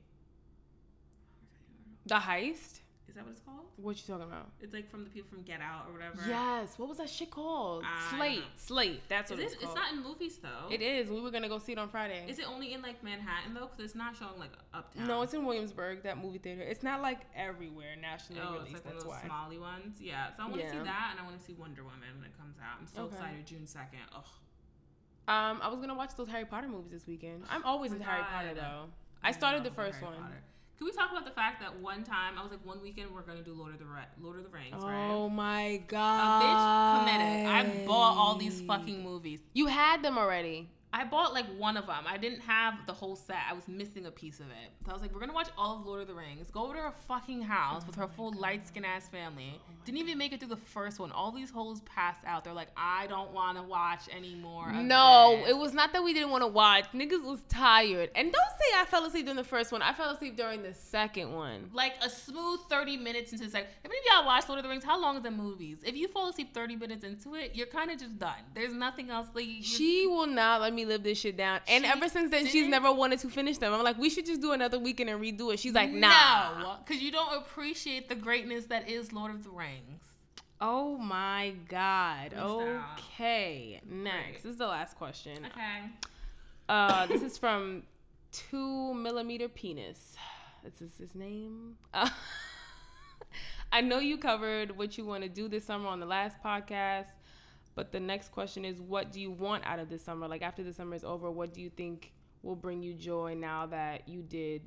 Speaker 1: The heist.
Speaker 2: Is that what it's called?
Speaker 1: What you talking about?
Speaker 2: It's like from the people from Get Out or whatever.
Speaker 1: Yes. What was that shit called?
Speaker 2: I don't
Speaker 1: Slate.
Speaker 2: know.
Speaker 1: Slate. That's
Speaker 2: Is
Speaker 1: what
Speaker 2: it,
Speaker 1: it's
Speaker 2: it's
Speaker 1: called.
Speaker 2: not in movies though.
Speaker 1: It is. We were gonna go see it on Friday.
Speaker 2: Is it only in like Manhattan though? Because it's not showing like uptown.
Speaker 1: no, it's in Williamsburg, that movie theater. It's not like everywhere nationally
Speaker 2: Oh, it's
Speaker 1: released.
Speaker 2: like one of
Speaker 1: that's
Speaker 2: those
Speaker 1: why.
Speaker 2: smally ones. Yeah. So I want to
Speaker 1: Yeah.
Speaker 2: see that, and I want to see Wonder Woman when it comes out. I'm so
Speaker 1: Okay.
Speaker 2: excited. June second. Oh,
Speaker 1: Um, I was gonna watch those Harry Potter movies this weekend. I'm always
Speaker 2: my
Speaker 1: in Harry Potter
Speaker 2: God.
Speaker 1: though. I started the
Speaker 2: love
Speaker 1: first
Speaker 2: Harry
Speaker 1: one.
Speaker 2: Potter. Can we talk about the fact that one time I was like, one weekend we're gonna do Lord of the Ra- Lord of the Rings, right?
Speaker 1: Oh my
Speaker 2: A
Speaker 1: god!
Speaker 2: bitch committed. I bought all these fucking movies.
Speaker 1: You had them already.
Speaker 2: I bought like one of them. I didn't have the whole set. I was missing a piece of it. So I was like, we're gonna watch all of Lord of the Rings. Go over to her fucking house with her
Speaker 1: Oh
Speaker 2: full light skin ass family. Didn't even make it through the first one. All these hoes passed out. They're like, I don't want to watch anymore. of
Speaker 1: No,
Speaker 2: this."
Speaker 1: it was not that we didn't want to watch. Niggas was tired. And don't say I fell asleep during the first one. I fell asleep during the second one.
Speaker 2: like a smooth thirty minutes into the second. If any of y'all watch Lord of the Rings, how long is the movies? If you fall asleep thirty minutes into it, you're kind of just done. There's nothing else. Like you
Speaker 1: She will not let me live this shit down. And
Speaker 2: She
Speaker 1: ever since then, she's
Speaker 2: didn't-
Speaker 1: never wanted to finish them. I'm like, we should just do another weekend and redo it. She's like, nah.
Speaker 2: no, because you don't appreciate the greatness that is Lord of the Rings.
Speaker 1: Oh my God.
Speaker 2: stop.
Speaker 1: Okay. Next.
Speaker 2: Great.
Speaker 1: This is the last question.
Speaker 2: Okay.
Speaker 1: Uh, this is from Two Millimeter Penis. This is his name. Uh, I know you covered what you want to do this summer on the last podcast, but the next question is what do you want out of this summer? Like after the summer is over, what do you think will bring you joy now that you did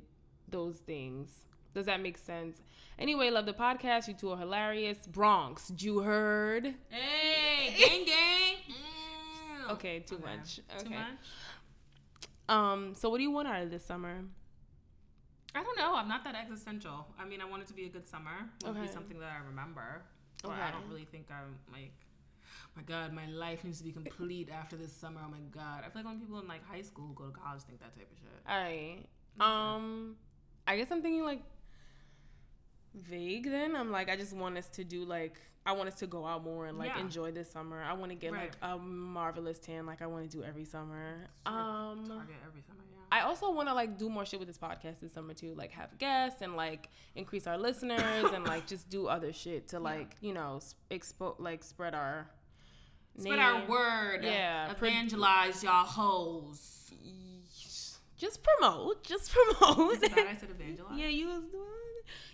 Speaker 1: those things? Does that make sense? Anyway, love the podcast. You two are hilarious. Bronx, you heard.
Speaker 2: Hey, gang, gang. Mm.
Speaker 1: Okay, too much.
Speaker 2: Too
Speaker 1: Okay.
Speaker 2: much.
Speaker 1: Um, so what do you want out of this summer?
Speaker 2: I don't know. I'm not that existential. I mean, I want it to be a good summer. It would be
Speaker 1: Okay.
Speaker 2: something that I remember. But
Speaker 1: Okay.
Speaker 2: I don't really think I'm like, my God, my life needs to be complete after this summer. Oh my God. I feel like when people in like high school go to college think that type of shit.
Speaker 1: All right. Um, I guess I'm thinking like vague. Then I'm like, I just want us to do like, I want us to go out more and like
Speaker 2: Yeah.
Speaker 1: enjoy this summer. I want to get
Speaker 2: Right.
Speaker 1: like a marvelous tan, like I want to do every summer.
Speaker 2: Sure.
Speaker 1: Um,
Speaker 2: Target every summer, yeah.
Speaker 1: I also want to like do more shit with this podcast this summer too, like have guests and like increase our listeners and like just do other shit to like you know s- expo like spread our
Speaker 2: Spread our
Speaker 1: name.
Speaker 2: word.
Speaker 1: Yeah, pro-
Speaker 2: Evangelize y'all hoes.
Speaker 1: Just promote, just promote.
Speaker 2: Is that I said evangelize?
Speaker 1: Yeah, you was doing.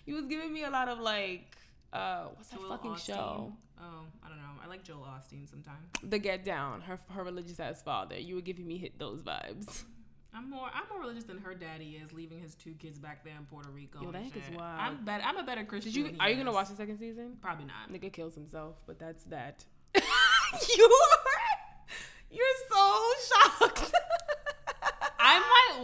Speaker 1: You was giving me a lot of like, uh, what's that
Speaker 2: Joel
Speaker 1: fucking
Speaker 2: Osteen.
Speaker 1: show?
Speaker 2: Oh, I don't know. I like Joel Austin sometimes.
Speaker 1: The Get Down. Her her religious ass father. You were giving me hit those vibes.
Speaker 2: I'm more I'm more religious than her daddy is, leaving his two kids back there in Puerto Rico.
Speaker 1: Yo,
Speaker 2: and
Speaker 1: that heck is
Speaker 2: shit.
Speaker 1: wild.
Speaker 2: I'm better. I'm a better Christian.
Speaker 1: Did you?
Speaker 2: than he
Speaker 1: Are you gonna
Speaker 2: is.
Speaker 1: watch the second season?
Speaker 2: Probably not.
Speaker 1: Nigga kills himself, but that's that. you are. You're so shocked.
Speaker 2: I might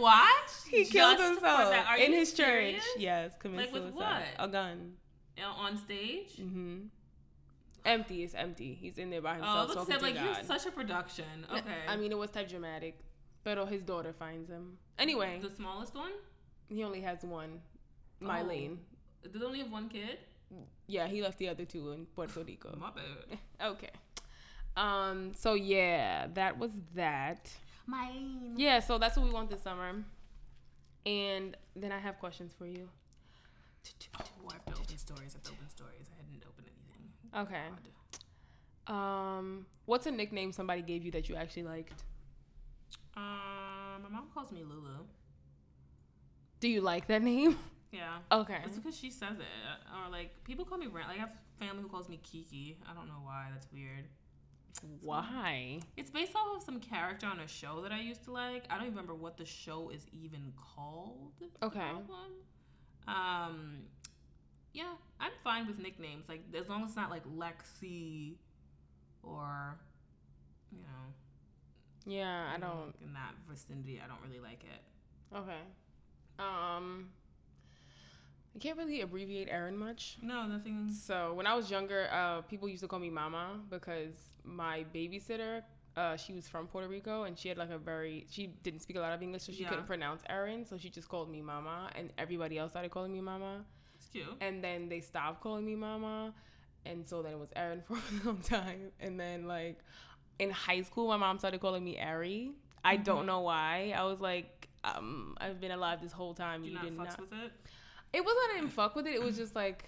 Speaker 2: watch.
Speaker 1: He killed
Speaker 2: just for
Speaker 1: himself
Speaker 2: that. Are
Speaker 1: in
Speaker 2: you
Speaker 1: his
Speaker 2: serious?
Speaker 1: church. Yes, committed
Speaker 2: Like, with
Speaker 1: suicide. A
Speaker 2: what?
Speaker 1: gun.
Speaker 2: You know, on stage.
Speaker 1: Mm-hmm. Empty. It's empty. He's in there by
Speaker 2: Oh, I
Speaker 1: himself.
Speaker 2: was about to
Speaker 1: talking
Speaker 2: say, like
Speaker 1: to
Speaker 2: you're
Speaker 1: God.
Speaker 2: such a production.
Speaker 1: N-
Speaker 2: Okay.
Speaker 1: I mean, it was type dramatic, but his daughter finds him. Anyway,
Speaker 2: the smallest one.
Speaker 1: he only has one, Mylene.
Speaker 2: Did they only have one kid?
Speaker 1: Yeah, he left the other two in Puerto Rico.
Speaker 2: My
Speaker 1: Eh.
Speaker 2: bad.
Speaker 1: Okay. Um. So yeah, that was that.
Speaker 2: Mylene.
Speaker 1: Yeah. So that's what we want this summer. And then I have questions for you.
Speaker 2: Oh, I have to open stories. I have to open stories. I hadn't opened anything.
Speaker 1: Okay. Um. What's a nickname somebody gave you that you actually liked?
Speaker 2: Um, my mom calls me Lulu.
Speaker 1: Do you like that name?
Speaker 2: Yeah.
Speaker 1: Okay.
Speaker 2: It's because she says it. Or like people call me Ren. Like I have family who calls me Kiki. I don't know why. That's weird.
Speaker 1: Why?
Speaker 2: It's based off of some character on a show that I used to like. I don't even remember what the show is even called. is the
Speaker 1: Okay.
Speaker 2: problem. Um, yeah, I'm fine with nicknames. Like as long as it's not like Lexi, or you know,
Speaker 1: Yeah, I
Speaker 2: you know,
Speaker 1: don't.
Speaker 2: like, in that vicinity. I don't really like it.
Speaker 1: Okay. Um, I can't really abbreviate Erin much.
Speaker 2: No, nothing.
Speaker 1: So when I was younger, uh, people used to call me Mama because my babysitter, uh, she was from Puerto Rico and she had like a very she didn't speak a lot of English, so she
Speaker 2: Yeah.
Speaker 1: couldn't pronounce Erin, so she just called me Mama, and everybody else started calling me Mama,
Speaker 2: It's cute.
Speaker 1: and then they stopped calling me Mama, and so then it was Erin for a long time, and then
Speaker 2: Mm-hmm.
Speaker 1: like in high school, my mom started calling me Ari. I don't know why. I was like, um, I've been alive this whole time.
Speaker 2: You
Speaker 1: You,
Speaker 2: not
Speaker 1: did
Speaker 2: fucks
Speaker 1: not.
Speaker 2: with it?
Speaker 1: It wasn't I didn't fuck with it. It was just like,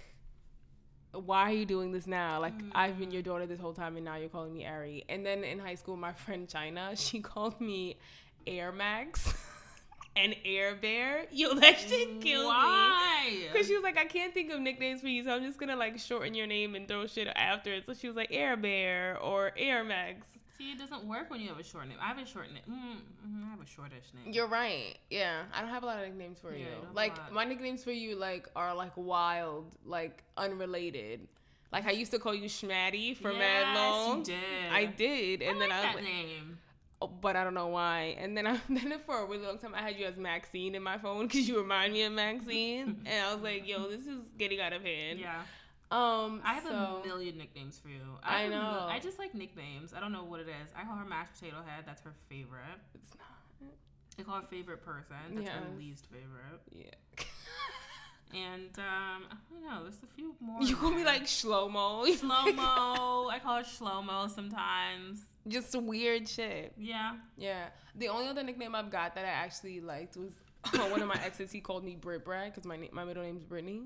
Speaker 1: why are you doing this now? Like
Speaker 2: Mm.
Speaker 1: I've been your daughter this whole time, and now you're calling me Ari. And then in high school, my friend China, she called me Air Max and Air Bear. Yo, that shit killed me.
Speaker 2: Why?
Speaker 1: Because she was like, I can't think of nicknames for you, so I'm just gonna like shorten your name and throw shit after it. So she was like Air Bear or Air Max.
Speaker 2: See, it doesn't work when you have a short name. I have a short name. Mm, mm, I have a shortish name.
Speaker 1: You're right. Yeah, I don't have a lot of nicknames for
Speaker 2: Yeah,
Speaker 1: you.
Speaker 2: you don't have a
Speaker 1: Like
Speaker 2: lot.
Speaker 1: my nicknames for you, like are like wild, like unrelated. Like I used to call you Schmatty for mad
Speaker 2: Yes,
Speaker 1: long.
Speaker 2: You did.
Speaker 1: I did, and
Speaker 2: I
Speaker 1: then
Speaker 2: like
Speaker 1: I,
Speaker 2: that name.
Speaker 1: oh, but I don't know why. And then I, then for a really long time, I had you as Maxine in my phone because you remind me of Maxine, and I was like, yo, this is getting out of hand.
Speaker 2: Yeah.
Speaker 1: Um,
Speaker 2: I have
Speaker 1: so-
Speaker 2: a million nicknames for you.
Speaker 1: I
Speaker 2: have a mil-
Speaker 1: know.
Speaker 2: I just like nicknames. I don't know what it is. I call her mashed potato head. That's her favorite.
Speaker 1: It's not.
Speaker 2: I call her favorite person. That's her
Speaker 1: Yes.
Speaker 2: least favorite.
Speaker 1: Yeah.
Speaker 2: And um, I don't know. There's a few more.
Speaker 1: you
Speaker 2: in
Speaker 1: call me
Speaker 2: there.
Speaker 1: like Shlomo.
Speaker 2: slow mo. I call her slow mo sometimes.
Speaker 1: Just weird shit.
Speaker 2: Yeah.
Speaker 1: Yeah. The only other nickname I've got that I actually liked was one of my exes. He called me Brit Brad because my na- my middle name's Brittany.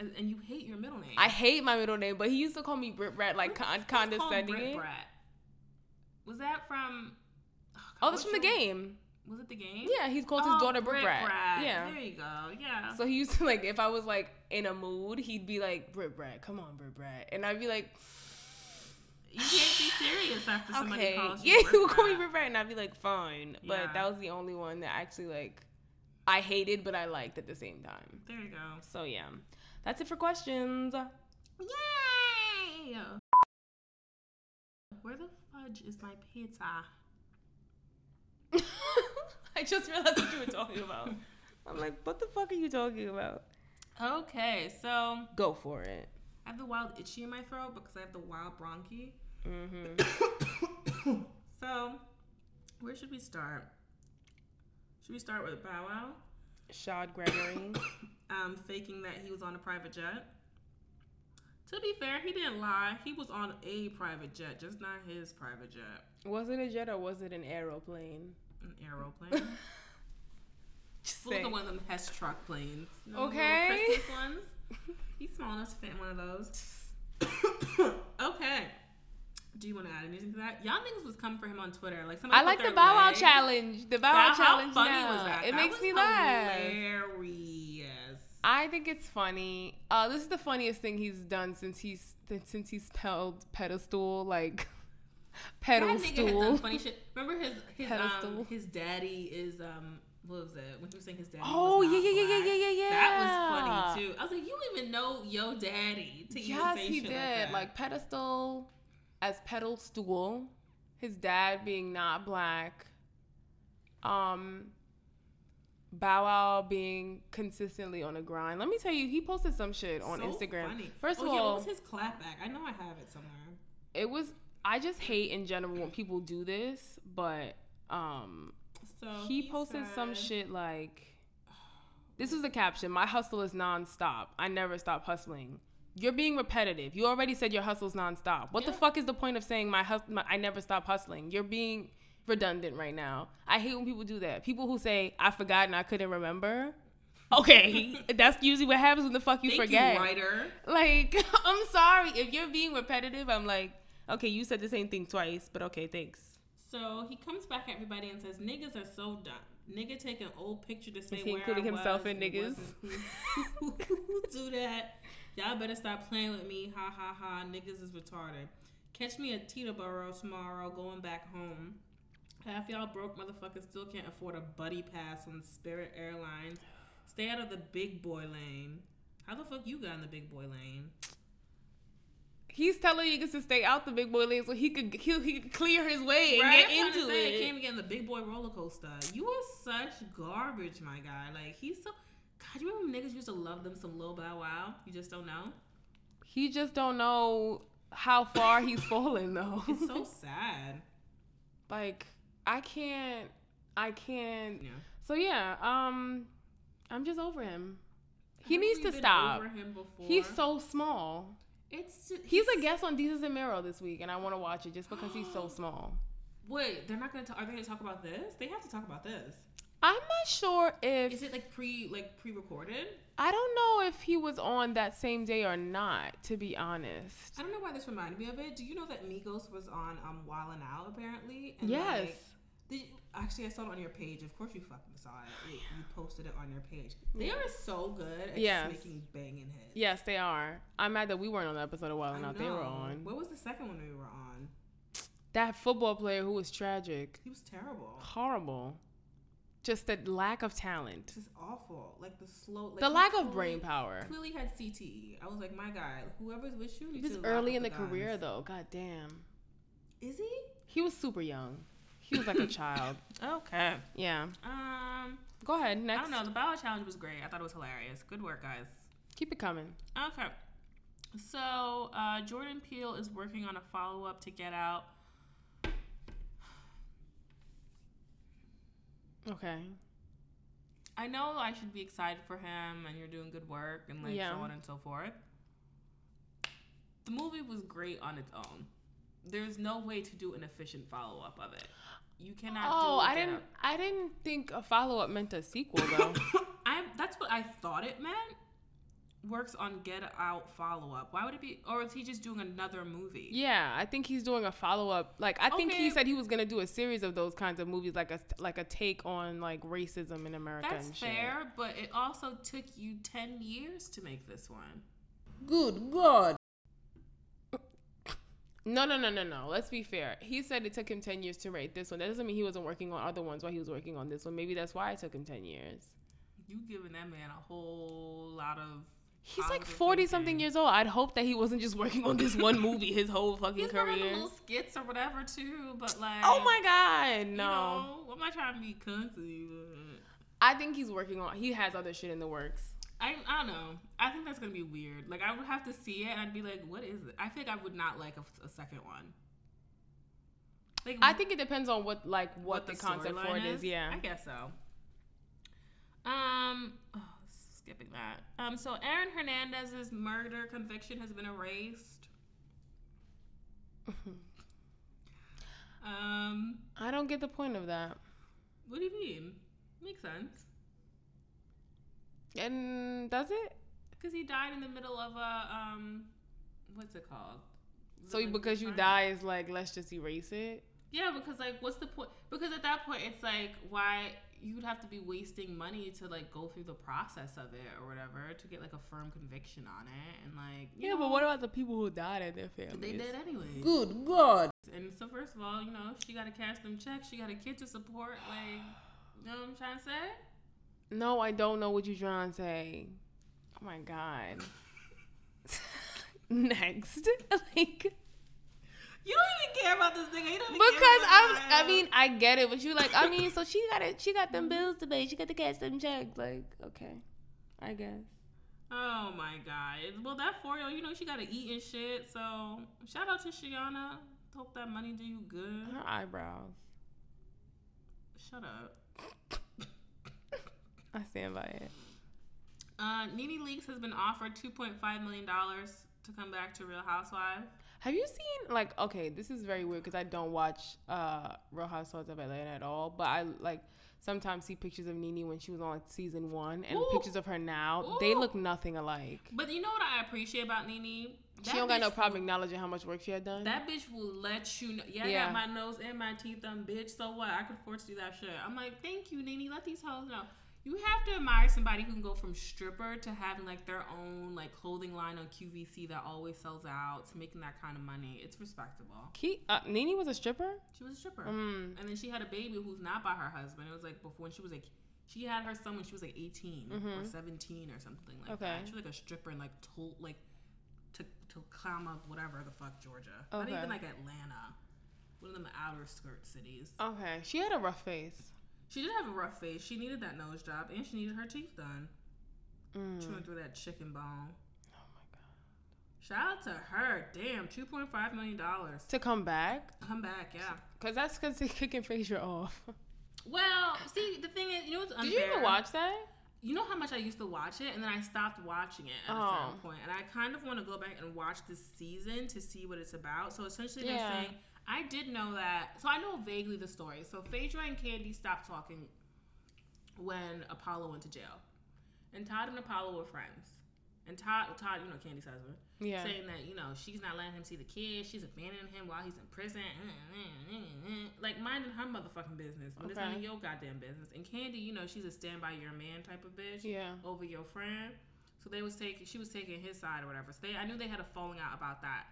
Speaker 2: And, and you hate your middle name.
Speaker 1: I hate my middle name, but he used to call me Brit Brad, like con-
Speaker 2: It's called Brit
Speaker 1: condescending.
Speaker 2: Brat. Was that from? Oh,
Speaker 1: Oh, that's
Speaker 2: what's
Speaker 1: from the
Speaker 2: your-
Speaker 1: game.
Speaker 2: Was it the game?
Speaker 1: Yeah, he called his
Speaker 2: Oh,
Speaker 1: daughter Brit Brad.
Speaker 2: Brat.
Speaker 1: Yeah.
Speaker 2: There you go. Yeah.
Speaker 1: So he used to like if I was like in a mood, he'd be like Brit Brad, come on Brit Brad, and I'd be like,
Speaker 2: you can't be serious after somebody
Speaker 1: okay,
Speaker 2: calls you.
Speaker 1: yeah, he would
Speaker 2: Brit
Speaker 1: call me
Speaker 2: Brat.
Speaker 1: Brit Brad, and I'd be like, fine.
Speaker 2: Yeah.
Speaker 1: But that was the only one that actually like I hated, but I liked at the same time.
Speaker 2: There you go.
Speaker 1: So yeah, that's it for questions.
Speaker 2: Yay! Where the fudge is my pizza?
Speaker 1: I just realized what you were talking about. I'm like, what the fuck are you talking about?
Speaker 2: Okay, so I
Speaker 1: Go for it.
Speaker 2: have the wild itchy in my throat because I have the wild bronchi.
Speaker 1: Mm-hmm.
Speaker 2: So, where should we start? Should we start with Bow Wow?
Speaker 1: Shad Gregory.
Speaker 2: um, faking that he was on a private jet. To be fair, he didn't lie. He was on a private jet, just not his private jet.
Speaker 1: was it a jet or was it an aeroplane?
Speaker 2: An aeroplane.
Speaker 1: Just
Speaker 2: Look at
Speaker 1: saying.
Speaker 2: one of them Hess truck planes. You know, the little
Speaker 1: Okay.
Speaker 2: Christmas ones. He's small enough to fit in one of those. okay. Do you want to add anything to that? Y'all niggas was coming for him on Twitter. Like somebody
Speaker 1: I like
Speaker 2: put
Speaker 1: the
Speaker 2: their
Speaker 1: Bow Wow
Speaker 2: legs.
Speaker 1: challenge. The Bow
Speaker 2: That-
Speaker 1: Wow challenge.
Speaker 2: How funny
Speaker 1: now.
Speaker 2: was that?
Speaker 1: It
Speaker 2: That
Speaker 1: makes
Speaker 2: was
Speaker 1: me laugh.
Speaker 2: Hilarious.
Speaker 1: I think it's funny. Uh, this is the funniest thing he's done since he's since he spelled pedestal like pedal
Speaker 2: That nigga had done
Speaker 1: stool.
Speaker 2: funny shit. Remember his his
Speaker 1: Pedestal.
Speaker 2: um, his daddy is um what was it when he was saying his daddy?
Speaker 1: Oh
Speaker 2: was
Speaker 1: yeah
Speaker 2: not
Speaker 1: yeah yeah yeah
Speaker 2: black?
Speaker 1: yeah yeah yeah.
Speaker 2: That was funny too. I was like, you don't even know yo daddy to even
Speaker 1: Yes,
Speaker 2: say
Speaker 1: he
Speaker 2: shit
Speaker 1: did.
Speaker 2: Like,
Speaker 1: Like,
Speaker 2: that.
Speaker 1: pedestal as pedal stool. His dad being not black. Um Bow Wow being consistently on the grind. Let me tell you, he posted some shit on
Speaker 2: So
Speaker 1: Instagram.
Speaker 2: funny.
Speaker 1: First of
Speaker 2: Oh, yeah,
Speaker 1: all,
Speaker 2: what was his clapback? I know I have it somewhere.
Speaker 1: it was I just hate in general when people do this, but um
Speaker 2: So
Speaker 1: he posted some
Speaker 2: said-
Speaker 1: shit like this was the caption my hustle is nonstop i never stop hustling you're being repetitive you already said your hustle's nonstop what the
Speaker 2: Yeah.
Speaker 1: fuck is the point of saying my hustle my, i never stop hustling you're being redundant right now i hate when people do that people who say i forgot and i couldn't remember okay that's usually what happens when the fuck you
Speaker 2: Thank
Speaker 1: forget
Speaker 2: you, writer.
Speaker 1: like i'm sorry if you're being repetitive i'm like okay you said the same thing twice but okay thanks
Speaker 2: So he comes back at everybody and says, "Niggas are so dumb. Nigga take an old picture to say
Speaker 1: Is he
Speaker 2: where
Speaker 1: including
Speaker 2: I was
Speaker 1: himself in
Speaker 2: and
Speaker 1: niggas?
Speaker 2: wasn't who." Who do that? Y'all better stop playing with me. Ha ha ha. Niggas is retarded. Catch me at Teterboro tomorrow. Going back home. Half y'all broke motherfuckers still can't afford a buddy pass on Spirit Airlines. Stay out of the big boy lane. How the fuck you got in the big boy lane?
Speaker 1: he's telling niggas to stay out the big boy lane so he could he, he could clear his way and
Speaker 2: Right, I'm
Speaker 1: get
Speaker 2: trying
Speaker 1: into
Speaker 2: to say, I Can't
Speaker 1: it.
Speaker 2: even get in the big boy roller coaster. You are such garbage, my guy. Like he's so. God, you remember when niggas used to love them some Lil Bow Wow? You just don't know.
Speaker 1: He just don't know how far he's fallen though.
Speaker 2: It's so sad.
Speaker 1: like I can't, I can't.
Speaker 2: Yeah.
Speaker 1: So yeah, um, I'm just over him. He
Speaker 2: Haven't
Speaker 1: needs
Speaker 2: we
Speaker 1: to
Speaker 2: been
Speaker 1: stop.
Speaker 2: Over him before?
Speaker 1: He's so small.
Speaker 2: It's just,
Speaker 1: He's a guest on Jesus and Miro this week, and I want to watch it just because he's so small.
Speaker 2: Wait, they're not gonna. Ta- are they gonna talk about this? They have to talk about this.
Speaker 1: I'm not sure if
Speaker 2: Is it like pre like pre recorded?
Speaker 1: I don't know if he was on that same day or not. To be honest,
Speaker 2: I don't know why this reminded me of it. Do you know that Migos was on um Wild and Out apparently? And
Speaker 1: yes.
Speaker 2: like, Did you- actually, I saw it on your page. Of course, you fucking saw it. You, you posted it on your page. They are so good at
Speaker 1: Yes.
Speaker 2: just making banging hits.
Speaker 1: Yes, they are. I'm mad that we weren't on the episode a while
Speaker 2: I
Speaker 1: and out. They were
Speaker 2: know.
Speaker 1: on.
Speaker 2: What was the second one we were on?
Speaker 1: That football player who was tragic,
Speaker 2: He was terrible.
Speaker 1: horrible, just the lack of talent,
Speaker 2: Just awful. Like the slow. Like
Speaker 1: the
Speaker 2: he
Speaker 1: lack of
Speaker 2: clearly-
Speaker 1: brain power.
Speaker 2: Clearly had CTE. I was like, my guy, whoever's with you.
Speaker 1: He
Speaker 2: you
Speaker 1: was
Speaker 2: should lock
Speaker 1: early
Speaker 2: up
Speaker 1: in the
Speaker 2: guns.
Speaker 1: career though. God damn,
Speaker 2: Is he?
Speaker 1: he was super young. He was like a child.
Speaker 2: Okay.
Speaker 1: Yeah.
Speaker 2: Um,
Speaker 1: Go ahead.
Speaker 2: I
Speaker 1: Next.
Speaker 2: don't know. The Bower Challenge was great. I thought it was hilarious. Good work, guys.
Speaker 1: Keep it coming.
Speaker 2: Okay. So uh, Jordan Peele is working on a follow up to Get Out.
Speaker 1: Okay.
Speaker 2: I know I should be excited for him, and you're doing good work, and like
Speaker 1: Yeah.
Speaker 2: so on and so forth. The movie was great on its own. There's no way to do an efficient follow up of it. You cannot.
Speaker 1: Oh,
Speaker 2: do
Speaker 1: I
Speaker 2: Get
Speaker 1: didn't.
Speaker 2: Out.
Speaker 1: I didn't think a follow up meant a sequel though.
Speaker 2: I that's what I thought it meant. Works on Get Out follow up. Why would it be? Or is he just doing another movie?
Speaker 1: yeah, I think he's doing a follow up. Like I think he
Speaker 2: Okay.
Speaker 1: said he was gonna do a series of those kinds of movies, like a like a take on like racism in America.
Speaker 2: That's
Speaker 1: and shit.
Speaker 2: fair, but it also took you ten years to make this one.
Speaker 4: Good God.
Speaker 1: No, no, no, no, no. Let's be fair. He said it took him ten years to rate this one. That doesn't mean he wasn't working on other ones while he was working on this one. Maybe that's why it took him ten years.
Speaker 2: You giving that man a whole lot of.
Speaker 1: He's like
Speaker 2: positive
Speaker 1: forty something
Speaker 2: thinking.
Speaker 1: years old. I'd hope that he wasn't just working on this one movie his whole fucking
Speaker 2: He's probably doing
Speaker 1: career.
Speaker 2: little skits or whatever too, but like.
Speaker 1: Oh my god, no.
Speaker 2: You know, what am I trying to be cunty? with?
Speaker 1: I think he's working on. He has other shit in the works.
Speaker 2: I, I don't know. I think that's gonna be weird. Like I would have to see it and I'd be like, what is it? I think I would not like a, a second one. Like
Speaker 1: I think it depends on what like what, the, concept for
Speaker 2: storyline
Speaker 1: it is. Yeah.
Speaker 2: I guess so. Um, oh, skipping that. Um, so Aaron Hernandez's murder conviction has been erased. um,
Speaker 1: I don't get the point of that.
Speaker 2: what do you mean? Makes sense
Speaker 1: And does it?
Speaker 2: because he died in the middle of a um, what's it called? Was
Speaker 1: So
Speaker 2: it like
Speaker 1: because you
Speaker 2: retirement?
Speaker 1: die is like let's just erase it.
Speaker 2: Yeah, because like, what's the point? Because at that point, it's like, why you'd have to be wasting money to like go through the process of it or whatever to get like a firm conviction on it, and like, you
Speaker 1: Yeah,
Speaker 2: know,
Speaker 1: but what about the people who died and their families?
Speaker 2: they did anyway?
Speaker 4: Good God.
Speaker 2: And so first of all, you know, she got to cash them checks. She got a kid to support. Like, you know what I'm trying to say?
Speaker 1: No, I don't know what you're trying to say. Oh my god. Next, like
Speaker 2: You don't even care about this nigga. You don't even
Speaker 1: because I'm. I mean, I get it, but you like. I mean, so she got it. She got them bills to pay. She got to cash them checks. Like, okay, I guess.
Speaker 2: Oh my god. Well, that four year old, you know, she got to eat and shit. So shout out to Shiana. Hope that money do you good.
Speaker 1: Her eyebrows.
Speaker 2: Shut up.
Speaker 1: I stand by it.
Speaker 2: Uh, Nene Leakes has been offered $2.5 million to come back to Real Housewives.
Speaker 1: Have you seen like okay, this is very weird because I don't watch uh Real Housewives of Atlanta at all, but I like sometimes see pictures of Nene when she was on like, season one and
Speaker 2: Ooh.
Speaker 1: pictures of her now. They
Speaker 2: Ooh.
Speaker 1: look nothing alike.
Speaker 2: But you know what I appreciate about Nene? That
Speaker 1: she don't got no
Speaker 2: bitch
Speaker 1: problem acknowledging how much work she had done.
Speaker 2: will- That bitch will let you know. Yeah,
Speaker 1: Yeah.
Speaker 2: I got my nose and my teeth done, bitch. So what? I could afford to do that shit. I'm like, thank you, Nene. Let these hoes know. You have to admire somebody who can go from stripper to having like their own like clothing line on QVC that always sells out to making that kind of money. It's respectable.
Speaker 1: Ke- uh, Nene was a stripper.
Speaker 2: She was a stripper.
Speaker 1: Mm.
Speaker 2: And then she had a baby who's not by her husband. It was like before when she was like, she had her son when she was like 18 or 17 or something like
Speaker 1: Mm-hmm. Okay.
Speaker 2: that. She was like a stripper in like Tul like to Tacoma, whatever the fuck, Georgia. Not
Speaker 1: Okay.
Speaker 2: even like Atlanta. One of them outer skirt cities.
Speaker 1: Okay, she had a rough face.
Speaker 2: She did have a rough face. She needed that nose job and she needed her teeth done. She went through that chicken bone.
Speaker 1: Mm. Oh my god.
Speaker 2: Shout out to her. Damn, $2.5 million.
Speaker 1: To come back,
Speaker 2: Come back, yeah.
Speaker 1: cause that's cause they kicking Frasier off.
Speaker 2: Well, see, the thing is, you know what's
Speaker 1: Did
Speaker 2: unfair?
Speaker 1: you even watch that?
Speaker 2: you know how much I used to watch it, and then I stopped watching it at a
Speaker 1: Oh.
Speaker 2: certain point, and I kind of want to go back and watch this season to see what it's about. So essentially,
Speaker 1: Yeah.
Speaker 2: they're saying I did know that, so I know vaguely the story. So Phaedra and Candy stopped talking when Apollo went to jail. And Todd and Apollo were friends. And Todd, Todd, you know Candy's husband,
Speaker 1: Yeah.
Speaker 2: saying that you know she's not letting him see the kids, she's abandoning him while he's in prison, like minding her motherfucking business. But it's
Speaker 1: Okay.
Speaker 2: none of your goddamn business. And Candy, you know, she's a stand by your man type of bitch
Speaker 1: Yeah.
Speaker 2: over your friend. So they was taking, she was taking his side or whatever. So they, I knew they had a falling out about that.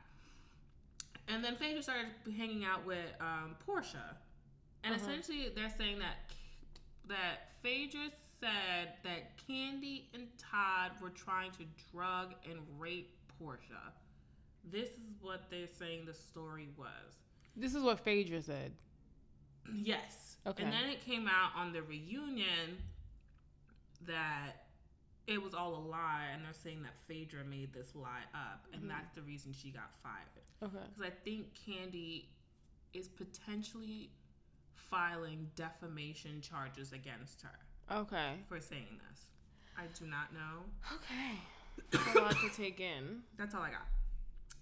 Speaker 2: And then Phaedra started hanging out with um, Portia, and
Speaker 1: Uh-huh.
Speaker 2: essentially they're saying that that Phaedra said that Candy and Todd were trying to drug and rape Portia. This is what they're saying the story was.
Speaker 1: This is what Phaedra said.
Speaker 2: Yes.
Speaker 1: Okay.
Speaker 2: And then it came out on the reunion that it was all a lie, and they're saying that Phaedra made this lie up,
Speaker 1: Mm-hmm.
Speaker 2: and that's the reason she got fired.
Speaker 1: Okay.
Speaker 2: Because I think Candy is potentially filing defamation charges against her
Speaker 1: Okay.
Speaker 2: for saying this. I do not know.
Speaker 1: Okay. a lot to take in.
Speaker 2: That's all I got.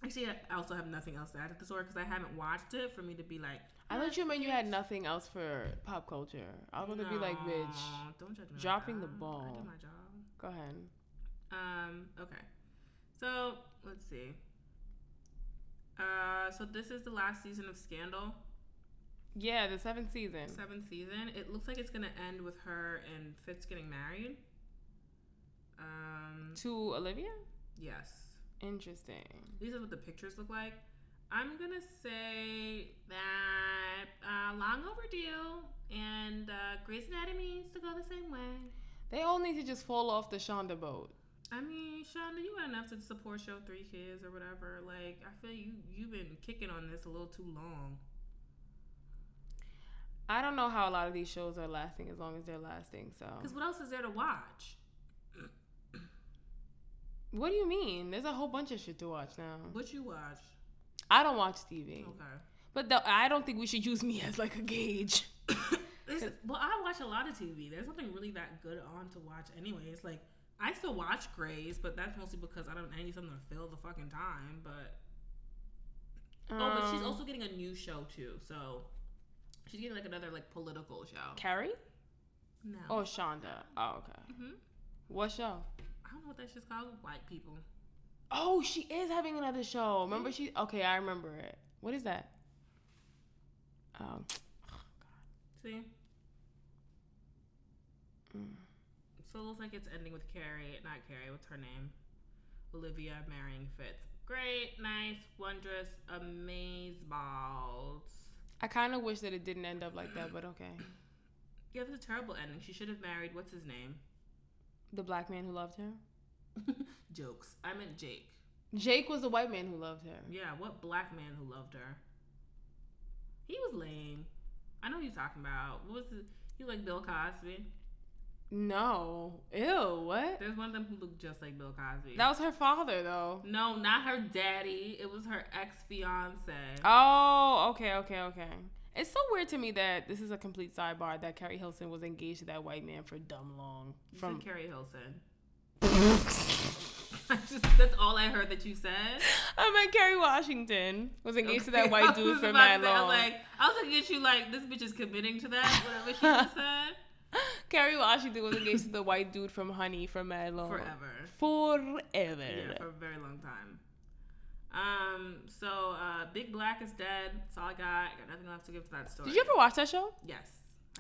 Speaker 2: Actually, I also have nothing else to add to the story because I haven't watched it for me to be like.
Speaker 1: I thought you meant you had nothing else for pop culture. I was gonna be like, bitch,
Speaker 2: "No, Don't judge me. like
Speaker 1: dropping the
Speaker 2: that. I
Speaker 1: ball."
Speaker 2: do my job.
Speaker 1: go ahead.
Speaker 2: Um, okay. So let's see. Uh, so this is the last season of Scandal,
Speaker 1: Yeah, the seventh season.
Speaker 2: seventh season. It looks like it's gonna end with her and Fitz getting married. Um,
Speaker 1: To Olivia?
Speaker 2: yes,
Speaker 1: Interesting.
Speaker 2: these are what the pictures look like. I'm gonna say that uh, long overdue, and uh, Grey's Anatomy needs to go the same way.
Speaker 1: They all need to just fall off the Shonda boat.
Speaker 2: I mean, Shonda, you got enough to support your three kids or whatever. Like, I feel you you've been kicking on this a little too long.
Speaker 1: I don't know how a lot of these shows are lasting as long as they're lasting. So,
Speaker 2: Cause what else is there to watch?
Speaker 1: what do you mean? There's a whole bunch of shit to watch now.
Speaker 2: What Oh. you watch?
Speaker 1: I don't watch TV,
Speaker 2: Okay.
Speaker 1: but the, I don't think we should use me as like a gauge.
Speaker 2: This, well, I watch a lot of TV. There's nothing really that good on to watch anyway. It's like I still watch Grays, but that's mostly because I don't I need something to fill the fucking time. But oh, but she's
Speaker 1: Um,
Speaker 2: also getting a new show too. So she's getting like another like political show.
Speaker 1: Carrie.
Speaker 2: No.
Speaker 1: Oh, Shonda. Oh, okay.
Speaker 2: Mhm.
Speaker 1: What show?
Speaker 2: I don't know what that shit's called. White people.
Speaker 1: Oh, she is having another show. Remember she? Okay, I remember it. What is that? Um,
Speaker 2: See? Mm. So it looks like it's ending with Carrie, not Carrie, what's her name? Olivia marrying Fitz. Great, nice, wondrous, amazeballs.
Speaker 1: I kind of wish that it didn't end up like that, but okay.
Speaker 2: Yeah, that's a terrible ending. She should have married, what's his name?
Speaker 1: The black man who loved her.
Speaker 2: Jokes. I meant Jake.
Speaker 1: Jake was the white man who loved her.
Speaker 2: Yeah, what black man who loved her? He was lame. I know who you're talking about. What was his, he like Bill Cosby?
Speaker 1: No. Ew. What?
Speaker 2: There's one of them who looked just like Bill Cosby.
Speaker 1: That was her father, though.
Speaker 2: No, not her daddy. It was her ex fiance.
Speaker 1: Oh, okay, okay, okay. It's so weird to me that this is a complete sidebar that Carrie Hilson was engaged to that white man for dumb long.
Speaker 2: From
Speaker 1: From
Speaker 2: Carrie Hilson.
Speaker 1: I
Speaker 2: I just that's all I heard that you said.
Speaker 1: meant Carrie Washington was engaged to that
Speaker 2: I
Speaker 1: white
Speaker 2: was
Speaker 1: dude for
Speaker 2: about to
Speaker 1: mad
Speaker 2: say, I
Speaker 1: long.
Speaker 2: was like, I was looking at you like this bitch is committing to that. Whatever she just said.
Speaker 1: Carrie Washington was engaged to the white dude from Honey for mad long.
Speaker 2: Forever.
Speaker 1: Forever.
Speaker 2: Yeah, for a very long time. Um. So, uh, Big Black is dead. That's all I got. I got nothing else to give to that story.
Speaker 1: Did you ever watch that show?
Speaker 2: Yes.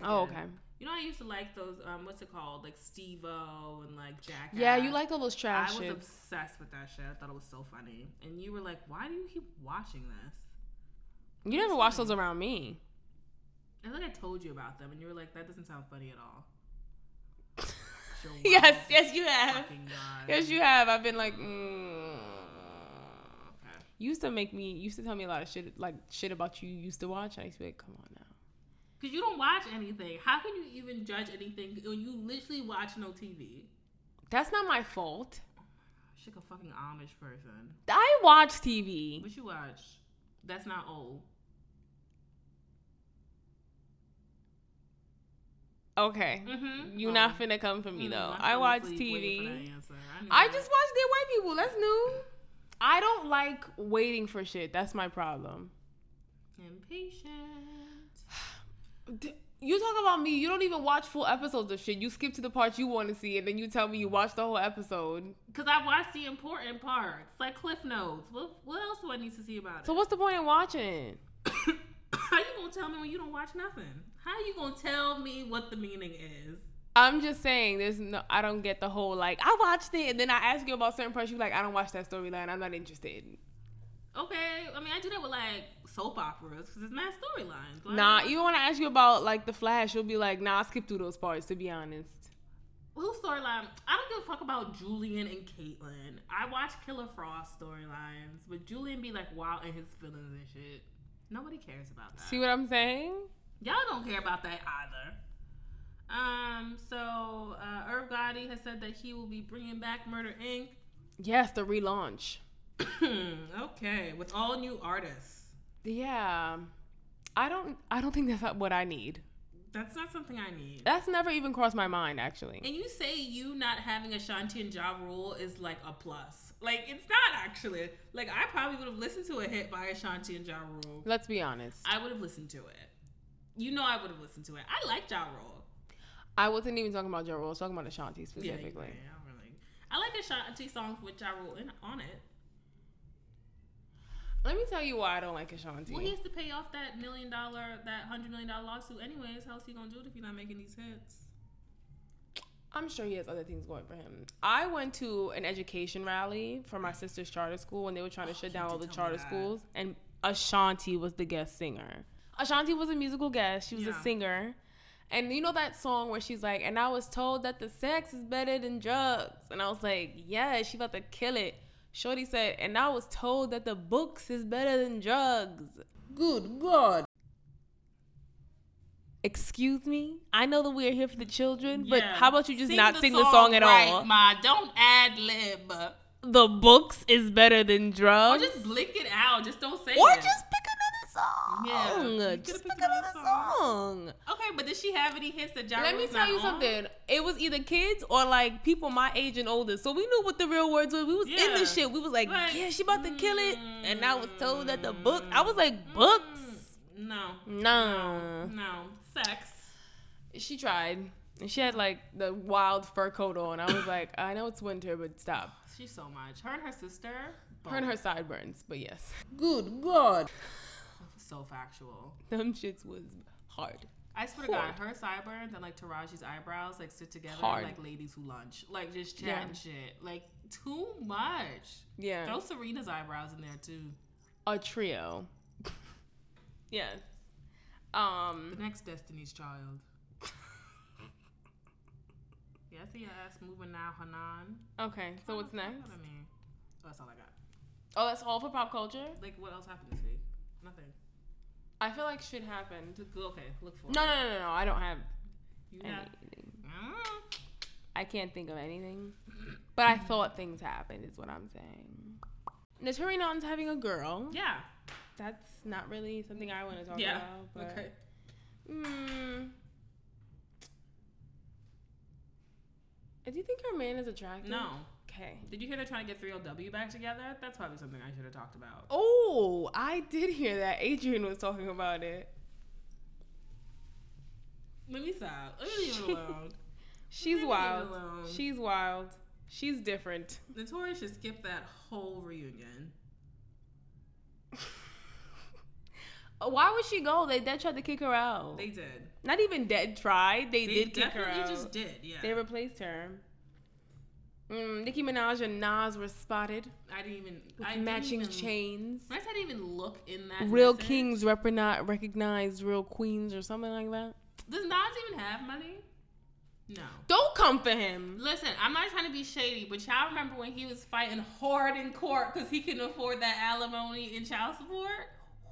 Speaker 2: I
Speaker 1: Oh,
Speaker 2: did.
Speaker 1: okay.
Speaker 2: You know, I used to like those. Um, what's it called? Like Steve-O and like Jack.
Speaker 1: Yeah, you liked all those trash
Speaker 2: I was
Speaker 1: shits.
Speaker 2: obsessed with that shit. I thought it was so funny. And you were like, why do you keep watching this?
Speaker 1: You never watched those around me.
Speaker 2: I feel like I told you about them, and you were like, that doesn't sound funny at all. Your
Speaker 1: Yes,
Speaker 2: wild
Speaker 1: yes, you have.
Speaker 2: fucking God.
Speaker 1: Yes, you have. I've been like, mm.
Speaker 2: Okay.
Speaker 1: you used to make me, you used to tell me a lot of shit, like shit about you. you used to watch. I used to be like, come on now.
Speaker 2: Because you don't watch anything. How can you even judge anything when you literally watch no TV?
Speaker 1: That's not my fault.
Speaker 2: She's like a fucking Amish person.
Speaker 1: I watch TV.
Speaker 2: What you watch? That's not old.
Speaker 1: Okay,
Speaker 2: Mm-hmm.
Speaker 1: you not finna come for me though. I watch TV. I just watch their white people. That's new. I don't like waiting for shit. That's my problem.
Speaker 2: impatient.
Speaker 1: D- You talk about me. You don't even watch full episodes of shit. You skip to the parts you want to see, and then you tell me you watched the whole episode.
Speaker 2: Because I watched the important parts, like Cliff Notes. What, what else do I need to see about
Speaker 1: So what's the point in watching?
Speaker 2: it? How you gonna tell me when you don't watch nothing? How you gonna tell me what the meaning is?
Speaker 1: I'm just saying, there's no. I don't get the whole like I watched it, and then I ask you about certain parts. You like I don't watch that storyline. I'm not interested.
Speaker 2: Okay, I mean I do that with like soap operas because it's mad storylines. Like,
Speaker 1: Nah, even when I ask you about like the Flash, you'll be like, Nah, I skip through those parts. To be honest,
Speaker 2: Who storyline? I don't give a fuck about Julian and Caitlyn. I watch Killer Frost storylines, but Julian be like wild in his feelings and shit. Nobody cares about that.
Speaker 1: see what I'm saying?
Speaker 2: Y'all don't care about that either. Um, so uh, Irv Gotti has said that he will be bringing back Murder Inc.
Speaker 1: Yes, the relaunch.
Speaker 2: okay, with all new artists.
Speaker 1: Yeah, I don't. I don't think that's what I need.
Speaker 2: That's not something I need.
Speaker 1: That's never even crossed my mind, actually.
Speaker 2: And you say you not having a Shanti and Ja Rule is like a plus. Like it's not actually. Like I probably would have listened to a hit by Ashanti and Ja Rule.
Speaker 1: Let's be honest.
Speaker 2: I would have listened to it. You know I would have listened to it. I like Ja Rule.
Speaker 1: I wasn't even talking about Joe Roll. I was talking about Ashanti
Speaker 2: Yeah, yeah,
Speaker 1: specifically.
Speaker 2: yeah, I really. I like Ashanti songs with Ja Rule in, on it.
Speaker 1: Let me tell you why I don't like Ashanti.
Speaker 2: Well, he has to pay off that million dollar, that hundred million dollar lawsuit, anyways. How's he gonna do it if you're not making these hits?
Speaker 1: I'm sure he has other things going for him. I went to an education rally for my sister's charter school, and they were trying to shut down all the
Speaker 2: Oh, tell me
Speaker 1: charter
Speaker 2: that.
Speaker 1: schools. And Ashanti was the guest singer. Ashanti was a musical guest. She was
Speaker 2: Yeah.
Speaker 1: a singer. And you know that song where she's like, and I was told that the sex is better than drugs. And I was like, yeah, she about to kill it. Shorty said, and I was told that the books is better than drugs.
Speaker 2: Good God!
Speaker 1: Excuse me? I know that we're here for the children, but how about you just not sing the song at all?
Speaker 2: Ma, don't ad lib.
Speaker 1: the books is better than
Speaker 2: Or
Speaker 1: drugs.
Speaker 2: just blink it out. Just don't say.
Speaker 1: Or
Speaker 2: it.
Speaker 1: just pick another song.
Speaker 2: Yeah, you
Speaker 1: just
Speaker 2: could've
Speaker 1: pick
Speaker 2: picked another
Speaker 1: another song.
Speaker 2: Okay, but did she have any hits that Ja
Speaker 1: Let me
Speaker 2: Rule's
Speaker 1: tell
Speaker 2: not
Speaker 1: you
Speaker 2: on?
Speaker 1: something. It was either kids or like people my age and older. So we knew what the real words were. We was in
Speaker 2: Yeah.
Speaker 1: this shit. We was like,
Speaker 2: Like,
Speaker 1: yeah, she about to kill it. And I was told that the book. I was like, books.
Speaker 2: Mm, No,
Speaker 1: No.
Speaker 2: no, sex.
Speaker 1: She tried. And she had like the wild fur coat on. I was like, I know it's winter, but stop.
Speaker 2: She's so much. Her and her sister.
Speaker 1: Her and her
Speaker 2: both.
Speaker 1: sideburns, but yes.
Speaker 2: Good God. So factual.
Speaker 1: Them shits was hard.
Speaker 2: I swear to God, her sideburns and like Taraji's eyebrows like sit together
Speaker 1: Hard.
Speaker 2: like ladies who lunch, like just
Speaker 1: Yeah.
Speaker 2: chatting shit, like too much.
Speaker 1: Yeah.
Speaker 2: Throw Serena's eyebrows in there too.
Speaker 1: a trio. yes. Um.
Speaker 2: The next Destiny's Child. yeah, I see your ass moving now, Hanan.
Speaker 1: Okay. So what's next?
Speaker 2: I mean, oh, that's all I got.
Speaker 1: Oh, that's all for pop culture.
Speaker 2: Like, what else happened this week? Nothing.
Speaker 1: I feel like shit happened.
Speaker 2: Look- Okay, look for
Speaker 1: No,
Speaker 2: it.
Speaker 1: no, no, no, no. I don't have
Speaker 2: You got-
Speaker 1: anything.
Speaker 2: Mm.
Speaker 1: I can't think of anything. But I thought things happened. Is what I'm saying. Naturi Non's having a girl.
Speaker 2: Yeah.
Speaker 1: That's not really something I want to talk
Speaker 2: Yeah.
Speaker 1: about. But,
Speaker 2: Okay.
Speaker 1: Mm, do you think her man is attractive?
Speaker 2: No.
Speaker 1: Okay.
Speaker 2: Did you hear they're trying to get 3LW back together? That's probably something I should have talked about.
Speaker 1: Oh, I did hear that. Adrian was talking about it.
Speaker 2: Let me stop. Let me leave it alone.
Speaker 1: She's
Speaker 2: Leave it
Speaker 1: wild.
Speaker 2: alone.
Speaker 1: She's wild. She's different.
Speaker 2: Notorious should skip that whole reunion.
Speaker 1: Uh, Why would she go? They dead tried to kick her out.
Speaker 2: They did.
Speaker 1: Not even dead tried. They,
Speaker 2: They
Speaker 1: did kick her
Speaker 2: definitely
Speaker 1: out.
Speaker 2: just did, yeah.
Speaker 1: They replaced her. Mm, Nicki Minaj and Nas were spotted
Speaker 2: I didn't even.
Speaker 1: with
Speaker 2: I
Speaker 1: matching
Speaker 2: didn't even,
Speaker 1: chains.
Speaker 2: I didn't even look in that.
Speaker 1: Real
Speaker 2: message.
Speaker 1: kings rep- not recognized real queens or something like that.
Speaker 2: Does Nas even have money? No.
Speaker 1: Don't come for him.
Speaker 2: Listen, I'm not trying to be shady, but y'all remember when he was fighting hard in court because he couldn't afford that alimony and child support?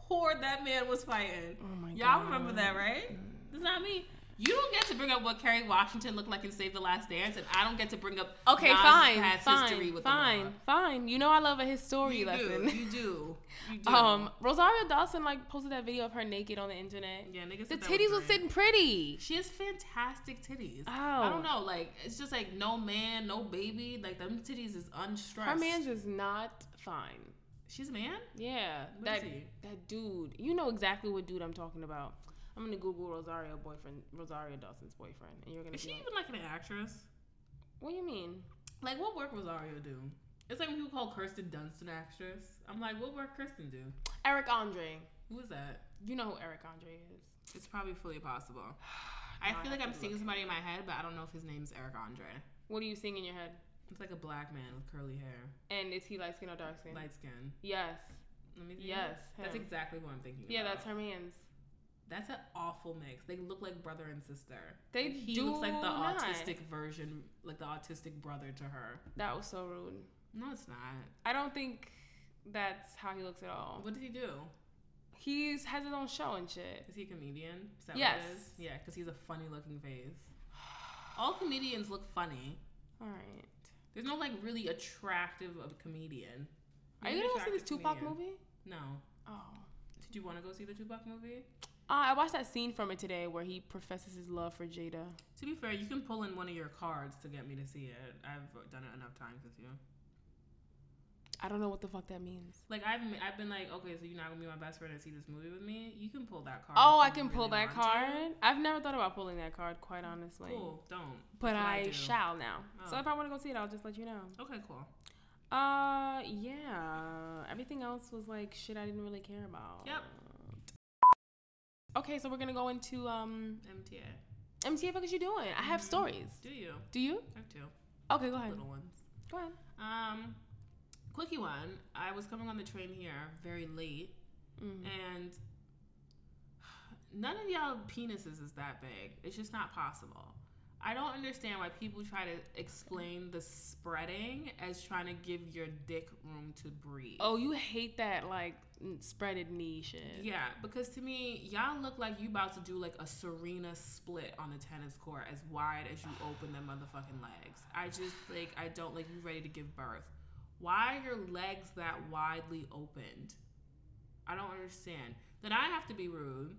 Speaker 2: Hard that man was fighting.
Speaker 1: Oh my
Speaker 2: Y'all
Speaker 1: God.
Speaker 2: remember that, right? It's not me. You don't get to bring up what Kerry Washington looked like in Save the Last Dance, and I don't get to bring up
Speaker 1: Okay,
Speaker 2: Nas'
Speaker 1: fine,
Speaker 2: past history
Speaker 1: fine,
Speaker 2: with the law.
Speaker 1: fine, fine. You know I love a history
Speaker 2: You
Speaker 1: lesson.
Speaker 2: do. You do. You do.
Speaker 1: Um, Rosario Dawson like posted that video of her naked on the internet.
Speaker 2: yeah, niggas.
Speaker 1: The titties were sitting pretty.
Speaker 2: She has fantastic titties.
Speaker 1: Ow.
Speaker 2: I don't know, like it's just like no man, no baby. Like them titties is unstressed.
Speaker 1: Her man's is not fine.
Speaker 2: She's a man.
Speaker 1: Yeah,
Speaker 2: What
Speaker 1: that
Speaker 2: is he?
Speaker 1: that dude. You know exactly what dude I'm talking about. I'm gonna Google Rosario boyfriend, Rosario Dawson's boyfriend, and you're gonna.
Speaker 2: Is
Speaker 1: be
Speaker 2: she
Speaker 1: like,
Speaker 2: even like an actress?
Speaker 1: what do you mean?
Speaker 2: Like, what work Rosario do? It's like when people call Kirsten Dunst an actress. I'm like, what work Kirsten do?
Speaker 1: Eric Andre.
Speaker 2: Who is that?
Speaker 1: You know who Eric Andre is.
Speaker 2: It's probably fully possible. I
Speaker 1: I
Speaker 2: feel like
Speaker 1: have
Speaker 2: I'm
Speaker 1: to
Speaker 2: seeing
Speaker 1: look.
Speaker 2: somebody in my head, but I don't know if his name's Eric Andre.
Speaker 1: What are you seeing in your head?
Speaker 2: It's like a black man with curly hair,
Speaker 1: And is he light skin or dark skin?
Speaker 2: light skin.
Speaker 1: yes.
Speaker 2: Let me see.
Speaker 1: Yes.
Speaker 2: That's
Speaker 1: him.
Speaker 2: exactly who I'm thinking.
Speaker 1: yeah,
Speaker 2: about.
Speaker 1: that's Hermans.
Speaker 2: That's an awful mix. They look like brother and sister.
Speaker 1: They
Speaker 2: Like, he
Speaker 1: do
Speaker 2: looks like the
Speaker 1: not.
Speaker 2: autistic version, like the autistic brother to her.
Speaker 1: That was so rude.
Speaker 2: No, it's not.
Speaker 1: I don't think that's how he looks at all.
Speaker 2: What did he do?
Speaker 1: He's has his own show and shit.
Speaker 2: Is he a comedian? Is that
Speaker 1: Yes.
Speaker 2: What it is? Yeah, because he's a funny looking face. All comedians look funny.
Speaker 1: All right.
Speaker 2: There's no like really attractive of a comedian.
Speaker 1: Are
Speaker 2: He's
Speaker 1: you
Speaker 2: an
Speaker 1: gonna go see this
Speaker 2: attractive
Speaker 1: Tupac
Speaker 2: comedian.
Speaker 1: movie?
Speaker 2: No.
Speaker 1: Oh.
Speaker 2: Did you want to go see the Tupac movie?
Speaker 1: Uh, I watched that scene from it today where he professes his love for Jada.
Speaker 2: To be fair, you can pull in one of your cards to get me to see it. I've done it enough times with you.
Speaker 1: I don't know what the fuck that means.
Speaker 2: Like I've I've been like, okay, so you're not gonna be my best friend and see this movie with me. You can pull that card.
Speaker 1: Oh,
Speaker 2: if
Speaker 1: I
Speaker 2: you
Speaker 1: can pull
Speaker 2: really
Speaker 1: that
Speaker 2: want
Speaker 1: card. I've never thought about pulling that card, quite honestly.
Speaker 2: to. Cool. Don't.
Speaker 1: But
Speaker 2: That's what
Speaker 1: I,
Speaker 2: do.
Speaker 1: shall now. So
Speaker 2: Oh.
Speaker 1: if I want to go see it, I'll just let you know.
Speaker 2: Okay, cool.
Speaker 1: Uh, yeah. Everything else was like shit I didn't really care about.
Speaker 2: Yep.
Speaker 1: Okay, so we're gonna go into um
Speaker 2: MTA.
Speaker 1: MTF. What you doing? I have stories.
Speaker 2: Do you?
Speaker 1: Do you?
Speaker 2: I have two
Speaker 1: Okay, go ahead.
Speaker 2: little ones.
Speaker 1: Go ahead.
Speaker 2: Um, quickie one. I was coming on the train here very late,
Speaker 1: Mhm.
Speaker 2: and none of y'all penises is that big. It's just not possible. I don't understand why people try to explain the spreading as trying to give your dick room to breathe.
Speaker 1: Oh, you hate that like n- spreaded knee shit.
Speaker 2: Yeah, because to me, y'all look like you about to do like a Serena split on the tennis court as wide as you open them motherfucking legs. I just like I don't like you ready to give birth. Why are your legs that widely opened? I don't understand. Then I have to be rude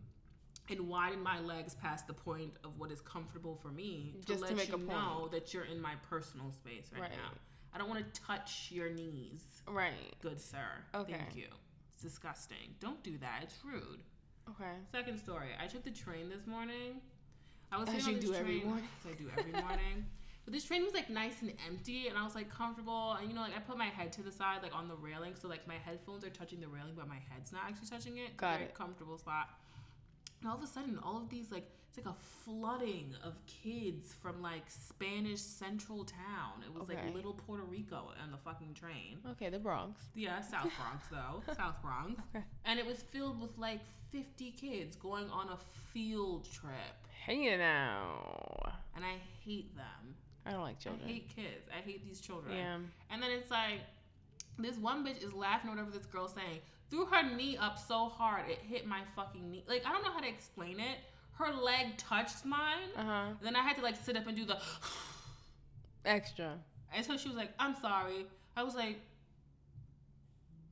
Speaker 2: and widen my legs past the point of what is comfortable for me to
Speaker 1: Just to
Speaker 2: let
Speaker 1: make
Speaker 2: you
Speaker 1: a point.
Speaker 2: know that you're in my personal space right,
Speaker 1: Right.
Speaker 2: now. I don't want to touch your knees,
Speaker 1: Right.
Speaker 2: good sir.
Speaker 1: Okay.
Speaker 2: Thank you. It's disgusting. Don't do that. It's rude.
Speaker 1: Okay.
Speaker 2: Second story. I took the train this morning. I was
Speaker 1: As
Speaker 2: sitting on
Speaker 1: you
Speaker 2: this
Speaker 1: do
Speaker 2: train,
Speaker 1: every morning.
Speaker 2: as I do every morning. But this train was like nice and empty, and I was like comfortable. And you know, like I put my head to the side, like on the railing, so like my headphones are touching the railing, but my head's not actually touching it.
Speaker 1: Got
Speaker 2: Very
Speaker 1: it.
Speaker 2: Comfortable spot. And all of a sudden, all of these like it's like a flooding of kids from like Spanish Central Town. It was
Speaker 1: Okay.
Speaker 2: like little Puerto Rico on the fucking train.
Speaker 1: Okay, the Bronx.
Speaker 2: Yeah, South Bronx though. South Bronx.
Speaker 1: Okay.
Speaker 2: And it was filled with like 50 kids going on a field trip.
Speaker 1: Hey now.
Speaker 2: And I hate them.
Speaker 1: I don't like
Speaker 2: I
Speaker 1: children.
Speaker 2: hate kids. I hate these children.
Speaker 1: yeah.
Speaker 2: And then it's like this one bitch is laughing or whatever this girl's saying. Threw her knee up so hard it hit my fucking knee. Like I don't know how to explain it. Her leg touched mine.
Speaker 1: Uh huh.
Speaker 2: Then I had to like sit up and do the
Speaker 1: Extra.
Speaker 2: And so she was like, I'm sorry. I was like,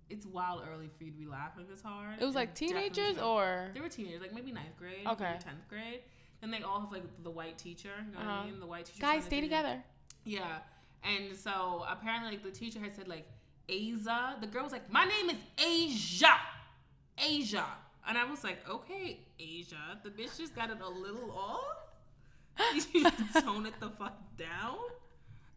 Speaker 2: it's wild early for you to be laughing this hard.
Speaker 1: It was
Speaker 2: And
Speaker 1: like
Speaker 2: Mm, definitely
Speaker 1: teenagers
Speaker 2: not-
Speaker 1: or
Speaker 2: They were teenagers, like maybe ninth grade,
Speaker 1: Okay.
Speaker 2: maybe tenth grade. Then they all have like the white teacher, you know what
Speaker 1: Uh-huh.
Speaker 2: I mean? The white teacher.
Speaker 1: guys stay together.
Speaker 2: Yeah, and so apparently like the teacher had said like Asia. The girl was like, my name is Asia, Asia, and I was like, okay, Asia. The bitch just got it a little off. You just tone it the fuck down.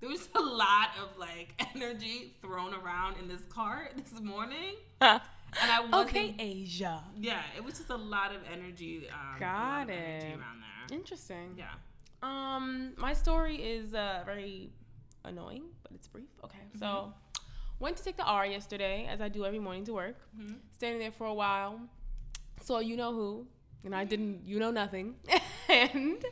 Speaker 2: There was a lot of like energy thrown around in this cart this morning, and I wasn't
Speaker 1: okay, Asia.
Speaker 2: yeah, it was just a lot of energy. Um, a lot
Speaker 1: Got
Speaker 2: of energy
Speaker 1: it.
Speaker 2: around there.
Speaker 1: Interesting.
Speaker 2: Yeah.
Speaker 1: Um, my story is uh, very annoying, but it's brief. Okay,
Speaker 2: Mm-hmm.
Speaker 1: so went to take the R yesterday, as I do every morning to work.
Speaker 2: Mhm.
Speaker 1: Standing there for a while, saw you know who, and I didn't you know nothing, and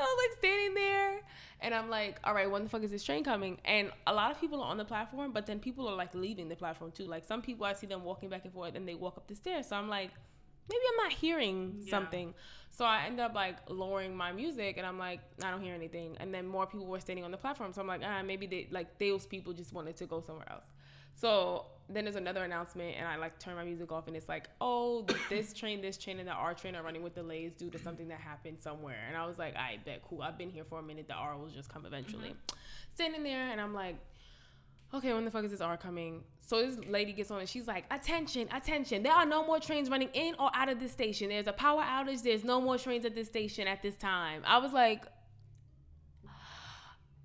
Speaker 1: I was like standing there, and I'm like, all right, when the fuck is this train coming? And a lot of people are on the platform, but then people are like leaving the platform too. Like some people, I see them walking back and forth, and they walk up the stairs. So I'm like. Maybe I'm not hearing
Speaker 2: Yeah.
Speaker 1: something. So I end up like lowering my music and I'm like, I don't hear anything. And then more people were standing on the platform. So I'm like, ah, maybe they like those people just wanted to go somewhere else. So then there's another announcement, and I like turn my music off, and it's like, oh, this train, this train, and the R train are running with delays due to something that happened somewhere. And I was like, I bet, cool. I've been here for a minute. The R will just come eventually. Standing there, and I'm like, okay, when the fuck is this R coming? So this lady gets on and she's like, attention, attention. There are no more trains running in or out of this station. There's a power outage. There's no more trains at this station at this time. I was like,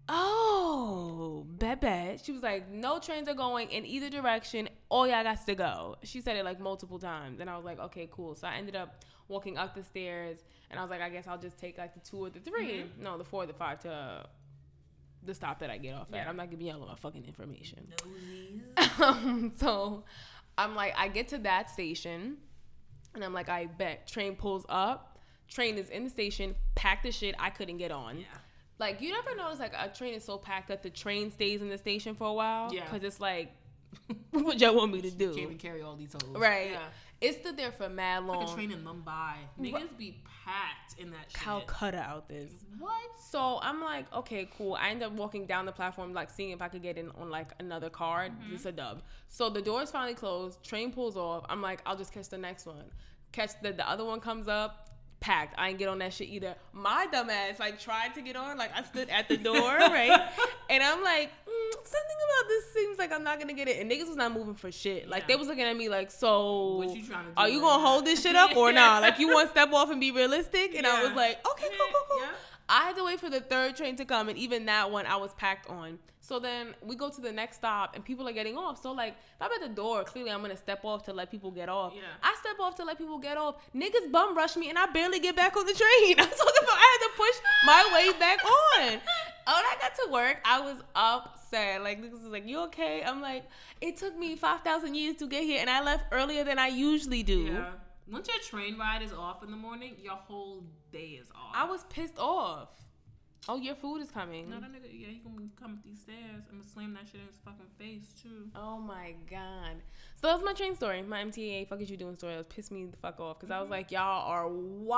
Speaker 1: oh, Bebe. She was like, no trains are going in either direction. All y'all got to go. She said it like multiple times. And I was like, okay, cool. So I ended up walking up the stairs and I was like, I guess I'll just take like the two or the 3 No, the four or the five to the stop that I get off at. I'm not giving y'all all my fucking information. Um, so I'm like, I get to that station and I'm like, I bet. Train pulls up, train is in the station, packed the shit, I couldn't get on. Like, you never notice, like, a train is so packed that the train stays in the station for a while?
Speaker 2: Yeah.
Speaker 1: Because it's like, what y'all want me to
Speaker 2: Can't even
Speaker 1: do?
Speaker 2: carry all these hoes.
Speaker 1: Right.
Speaker 2: Yeah.
Speaker 1: It stood there for mad long.
Speaker 2: Like a train in Mumbai. Niggas be packed in that shit.
Speaker 1: Calcutta out this.
Speaker 2: What?
Speaker 1: So I'm like, okay, cool. I end up walking down the platform, like seeing if I could get in on like another car.
Speaker 2: Mm-hmm.
Speaker 1: It's a dub. So the doors finally closed. Train pulls off. I'm like, I'll just catch the next one. Catch the the other one comes up. Packed. I ain't get on that shit either. My dumb ass like tried to get on. Like I stood at the door, right? And I'm like, mm, something about this seems like I'm not gonna get it. And niggas was not moving for shit. Like
Speaker 2: Yeah.
Speaker 1: they was looking at me like, so
Speaker 2: What you tryna do
Speaker 1: are you
Speaker 2: right
Speaker 1: gonna
Speaker 2: now?
Speaker 1: hold this shit up or not?
Speaker 2: Yeah.
Speaker 1: Like you want to step off and be realistic? And I
Speaker 2: Yeah.
Speaker 1: was like, okay, cool, cool, cool.
Speaker 2: Yeah.
Speaker 1: I had to wait for the third train to come, and even that one I was packed on. So then we go to the next stop, and people are getting off. So like, if I'm at the door, clearly I'm gonna step off to let people get off.
Speaker 2: Yeah.
Speaker 1: I step off to let people get off. Niggas bum rush me, and I barely get back on the train. I'm talking about I had to push my way back on. When I got to work, I was upset. Like niggas was like, "You okay?" I'm like, "It took me five thousand years to get here, and I left earlier than I usually do."
Speaker 2: Yeah. Once your train ride is off in the morning, your whole day is off.
Speaker 1: I was pissed off. Oh, your food is coming.
Speaker 2: No, that nigga, yeah, he gonna come up these stairs. I'm gonna slam that shit in his fucking face, too.
Speaker 1: Oh my god. So that's my train story. My MTA fuck is you doing story. It pissed me the fuck off because I was like, y'all are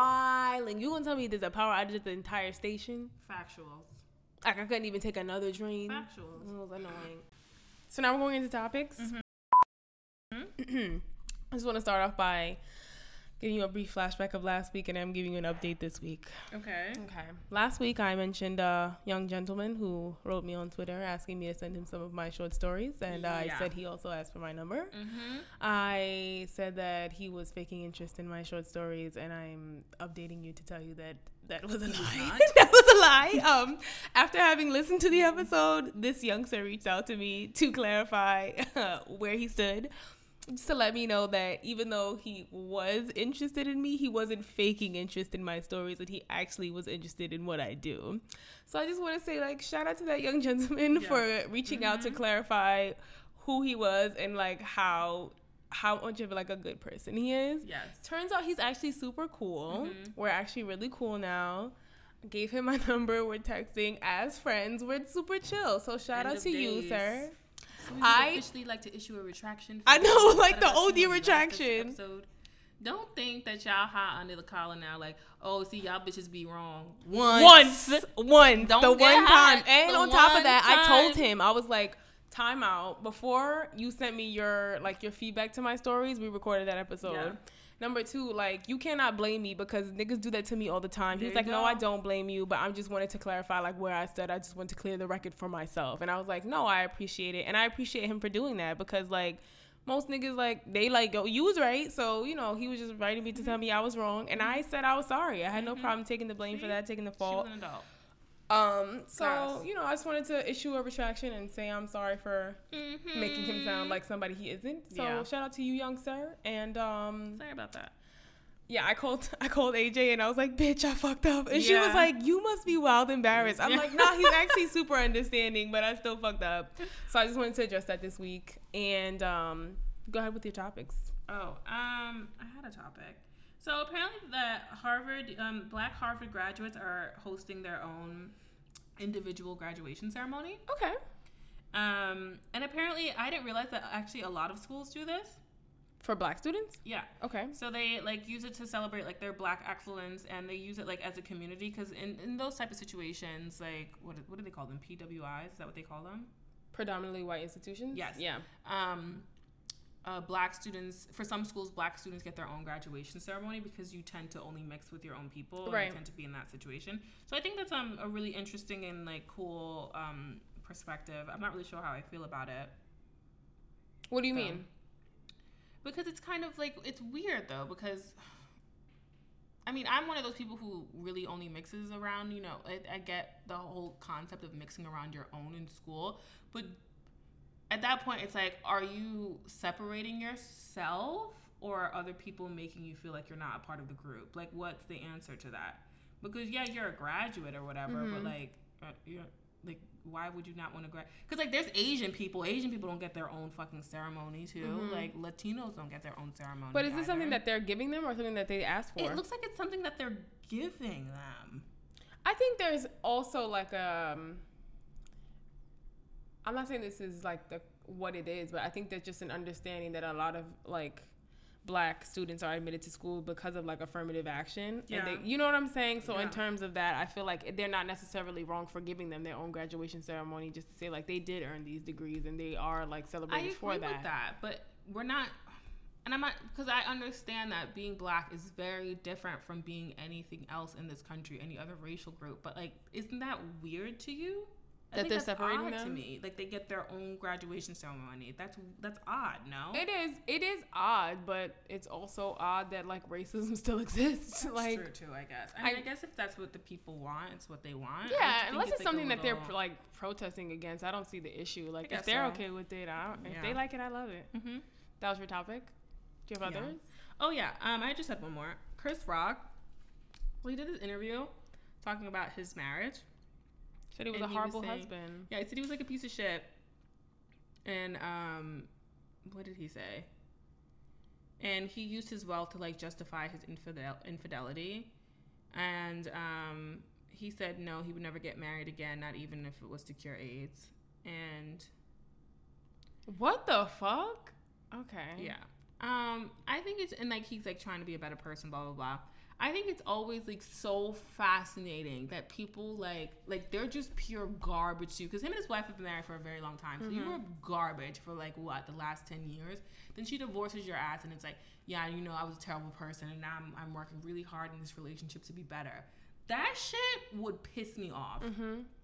Speaker 1: wilding. You gonna tell me there's a power outage at the entire station?
Speaker 2: Factuals.
Speaker 1: Like I couldn't even take another train. It
Speaker 2: Factuals.
Speaker 1: was annoying. So now we're going into topics. I just want to start off by giving you a brief flashback of last week, and I'm giving you an update this week.
Speaker 2: Okay.
Speaker 1: Okay. Last week I mentioned a young gentleman who wrote me on Twitter asking me to send him some of my short stories, and I
Speaker 2: Yeah.
Speaker 1: said he also asked for my number.
Speaker 2: Mm-hmm.
Speaker 1: I said that he was faking interest in my short stories, and I'm updating you to tell you that that was a lie.
Speaker 2: not.
Speaker 1: that was a lie. Um, after having listened to the episode, this youngster reached out to me to clarify where he stood, just to let me know that even though he was interested in me, he wasn't faking interest in my stories, and he actually was interested in what I do. So I just want to say, like, shout out to that young gentleman
Speaker 2: Yes. Mm-hmm.
Speaker 1: for reaching out to clarify who he was and like how how much of like a good person he is.
Speaker 2: Yes. Mm-hmm.
Speaker 1: Turns out he's actually super cool. We're actually really cool now. Gave him my number. We're texting as friends. We're super chill. So shout
Speaker 2: End
Speaker 1: out
Speaker 2: of
Speaker 1: to you,
Speaker 2: days.
Speaker 1: sir.
Speaker 2: So we would
Speaker 1: I-
Speaker 2: officially like to issue a retraction.
Speaker 1: I
Speaker 2: for
Speaker 1: know,
Speaker 2: what
Speaker 1: like the
Speaker 2: about
Speaker 1: OD
Speaker 2: you on last
Speaker 1: retraction.
Speaker 2: episode? Don't think that y'all high under the collar now. Like, oh, see, y'all bitches be wrong. Once.
Speaker 1: Once, once,
Speaker 2: Don't
Speaker 1: the
Speaker 2: get
Speaker 1: one
Speaker 2: hot.
Speaker 1: time, and
Speaker 2: The
Speaker 1: on top of
Speaker 2: one
Speaker 1: that, I told
Speaker 2: time.
Speaker 1: him I was like, "Time out." Before you sent me your like your feedback to my stories, we recorded that episode.
Speaker 2: Yeah.
Speaker 1: Number two, like you cannot blame me because niggas do that to me all the time. He
Speaker 2: There
Speaker 1: was
Speaker 2: you
Speaker 1: like, "No, I
Speaker 2: go.
Speaker 1: don't blame you, but I'm just wanted to clarify like where I stood. I just want to clear the record for myself." And I was like, "No, I appreciate it, and I appreciate him for doing that because like." Most niggas like they like go you was right, so you know he was just writing me to
Speaker 2: Mm-hmm.
Speaker 1: tell me I was wrong, and I said I was sorry. I had no problem taking the blame for
Speaker 2: See?
Speaker 1: that, taking the
Speaker 2: She was
Speaker 1: fault.
Speaker 2: an adult.
Speaker 1: Um, so
Speaker 2: Yes.
Speaker 1: you know, I just wanted to issue a retraction and say I'm sorry for
Speaker 2: Mm-hmm.
Speaker 1: making him sound like somebody he isn't. So
Speaker 2: Yeah.
Speaker 1: shout out to you, young sir. And um,
Speaker 2: Sorry about that.
Speaker 1: yeah, I called I called AJ and I was like, "Bitch, I fucked up," and she was
Speaker 2: Yeah.
Speaker 1: like, "You must be wild embarrassed." I'm
Speaker 2: Yeah.
Speaker 1: like, "Nah, he's actually super understanding, but I still fucked up." So I just wanted to address that this week and um, go ahead with your topics.
Speaker 2: Oh, um, I had a topic. So apparently, the Harvard um, Black Harvard graduates are hosting their own individual graduation ceremony.
Speaker 1: Okay.
Speaker 2: Um, and apparently, I didn't realize that actually a lot of schools do this.
Speaker 1: For black students?
Speaker 2: Yeah.
Speaker 1: Okay.
Speaker 2: So they like use it to celebrate like their black excellence, and they use it like as a community because in, in those type of situations, like what what do they call them? PWIs? Is that what they call them?
Speaker 1: Predominantly white institutions?
Speaker 2: Yes.
Speaker 1: Yeah.
Speaker 2: um, uh, black students for some schools black students get their own graduation ceremony because you tend to only mix with your own people and
Speaker 1: Right.
Speaker 2: you tend to be in that situation so i think that's um, a really interesting and like cool um, perspective. I'm not really sure how I feel about it.
Speaker 1: What do you
Speaker 2: So-
Speaker 1: mean?
Speaker 2: Because it's kind of like it's weird though because I mean I'm one of those people who really only mixes around you know I, I get the whole concept of mixing around your own in school but at that point it's like are you separating yourself or are other people making you feel like you're not a part of the group like what's the answer to that because yeah you're a graduate or whatever
Speaker 1: Mm-hmm.
Speaker 2: but like uh, you're like why would you not want to grad? Because like there's Asian people. Asian people don't get their own fucking ceremony too. Like Latinos don't get their own ceremony.
Speaker 1: Mm-hmm. But is this something
Speaker 2: either.
Speaker 1: that they're giving them or something that they asked for?
Speaker 2: It looks like it's something that they're giving them.
Speaker 1: I think there's also like um I'm not saying this is like the what it is, but I think there's just an understanding that a lot of like black students are admitted to school because of like affirmative action.
Speaker 2: Yeah.
Speaker 1: And they, you know what I'm saying? So
Speaker 2: Yeah.
Speaker 1: in terms of that, I feel like they're not necessarily wrong for giving them their own graduation ceremony just to say like they did earn these degrees and they are like
Speaker 2: I
Speaker 1: celebrated
Speaker 2: agree
Speaker 1: for that.
Speaker 2: with that, but we're not. And I'm not because I understand that being black is very different from being anything else in this country, any other racial group. But like, isn't that weird to you? I
Speaker 1: That
Speaker 2: think
Speaker 1: they're
Speaker 2: that's
Speaker 1: separating
Speaker 2: odd to
Speaker 1: them?
Speaker 2: me. Like they get their own graduation ceremony. That's that's odd, no?
Speaker 1: It is it is odd, but it's also odd that like racism still exists. like
Speaker 2: it's true too, I guess. I mean, I,
Speaker 1: I-
Speaker 2: guess if that's what the people want, it's what they want. I just
Speaker 1: Yeah,
Speaker 2: think
Speaker 1: unless it's,
Speaker 2: like, a
Speaker 1: something that they're
Speaker 2: little-
Speaker 1: like protesting against, I don't see the issue. Like
Speaker 2: guess
Speaker 1: if they're
Speaker 2: so.
Speaker 1: okay with it, I don't, if
Speaker 2: Yeah.
Speaker 1: they like it, I love it.
Speaker 2: Mhm.
Speaker 1: That was your topic. Do you have
Speaker 2: Yeah.
Speaker 1: others?
Speaker 2: Oh yeah, um, I just had one more. Chris Rock, well, he did this interview talking about his marriage.
Speaker 1: Said he was
Speaker 2: And
Speaker 1: a
Speaker 2: he was
Speaker 1: horrible
Speaker 2: saying-
Speaker 1: husband.
Speaker 2: Yeah, he said he was like a piece of shit. And um, what did he say? And he used his wealth to like justify his infidel infidelity. And um, he said no, he would never get married again, not even if it was to cure AIDS. And
Speaker 1: What the fuck? Okay.
Speaker 2: Yeah. Um, I think it's and like he's like trying to be a better person, blah blah blah. I think it's always like so fascinating that people like like they're just pure garbage too. Because him and his wife have been married for a very long time. So you were garbage for like what the last ten years. Then she divorces your ass, and it's like, yeah, you know, I was a terrible person, and now I'm I'm working really hard in this relationship to be better. That shit would piss me off.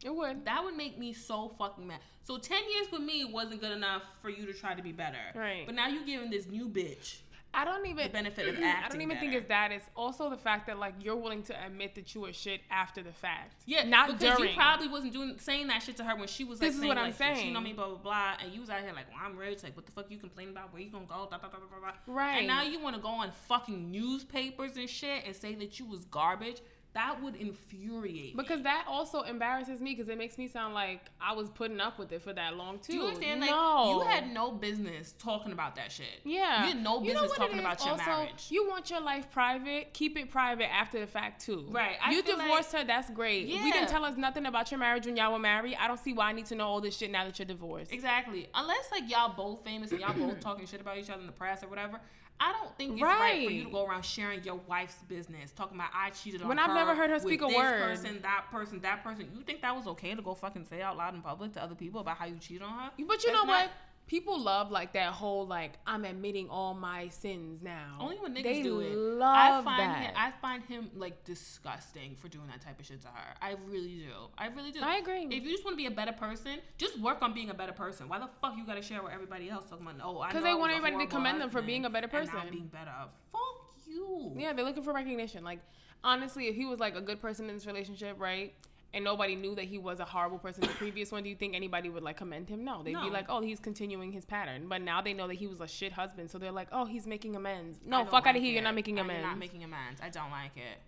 Speaker 1: It would.
Speaker 2: That would make me so fucking mad. So ten years with me wasn't good enough for you to try to be better.
Speaker 1: Right.
Speaker 2: But now you're giving this new bitch
Speaker 1: I don't even
Speaker 2: the benefit of
Speaker 1: I
Speaker 2: acting.
Speaker 1: don't even think
Speaker 2: better.
Speaker 1: it's that. It's also the fact that like you're willing to admit that you were shit after the fact.
Speaker 2: yeah,
Speaker 1: Not
Speaker 2: because
Speaker 1: during.
Speaker 2: you probably wasn't doing saying that shit to her when she was like
Speaker 1: This is
Speaker 2: saying,
Speaker 1: what I'm
Speaker 2: like, shit, She
Speaker 1: saying.
Speaker 2: know me, blah blah blah, and you was out here like, well, I'm rich. Like, what the fuck you complaining about? Where you gonna go? Blah, blah, blah, blah, blah.
Speaker 1: Right.
Speaker 2: And now you want to go on fucking newspapers and shit and say that you was garbage. That would infuriate. me.
Speaker 1: because that also embarrasses me because it makes me sound like I was putting up with it for that long too.
Speaker 2: Do you understand? Like,
Speaker 1: no.
Speaker 2: you had no business talking about that shit.
Speaker 1: Yeah.
Speaker 2: You had no
Speaker 1: You know
Speaker 2: business
Speaker 1: what it
Speaker 2: talking
Speaker 1: is
Speaker 2: about your
Speaker 1: also?
Speaker 2: marriage.
Speaker 1: You want your life private, keep it private after the fact too.
Speaker 2: Right. I
Speaker 1: you
Speaker 2: feel
Speaker 1: divorced her, that's great. You
Speaker 2: Yeah.
Speaker 1: didn't tell us nothing about your marriage when y'all were married. I don't see why I need to know all this shit now that you're divorced.
Speaker 2: Exactly. Unless like y'all both famous and y'all both talking shit about each other in the press or whatever, I don't think it's right, for you to
Speaker 1: Right.
Speaker 2: go around sharing your wife's business, talking about I cheated on
Speaker 1: When
Speaker 2: her.
Speaker 1: I've never heard her
Speaker 2: with
Speaker 1: speak a
Speaker 2: this
Speaker 1: word.
Speaker 2: person, that person, that person. You think that was okay to go fucking say out loud in public to other people about how you cheated on her?
Speaker 1: But you
Speaker 2: That's
Speaker 1: know
Speaker 2: not-
Speaker 1: what? People love like that whole like I'm admitting all my sins now.
Speaker 2: Only when niggas
Speaker 1: they
Speaker 2: do it.
Speaker 1: Love
Speaker 2: I find
Speaker 1: that.
Speaker 2: Him, I find him like disgusting for doing that type of shit to her. I really do. I really do.
Speaker 1: I agree.
Speaker 2: If you just want to be a better person, just work on being a better person. Why the fuck you gotta share with everybody else talking about? Oh, I
Speaker 1: 'Cause
Speaker 2: know
Speaker 1: they
Speaker 2: I was
Speaker 1: want
Speaker 2: a
Speaker 1: everybody to
Speaker 2: horrible
Speaker 1: commend them for
Speaker 2: husband,
Speaker 1: being a better
Speaker 2: and now I'm
Speaker 1: person.
Speaker 2: being better. Fuck you.
Speaker 1: Yeah, they're looking for recognition. Like, honestly, if he was like a good person in this relationship, right? And nobody knew that he was a horrible person in the previous one, do you think anybody would like commend him? No. They'd
Speaker 2: No.
Speaker 1: be like, oh, he's continuing his pattern. But now they know that he was a shit husband. So they're like, oh, he's making amends.
Speaker 2: I
Speaker 1: No,
Speaker 2: don't
Speaker 1: fuck out
Speaker 2: like
Speaker 1: of here.
Speaker 2: it.
Speaker 1: You're not making
Speaker 2: I'm
Speaker 1: amends.
Speaker 2: Not making amends. I don't like it.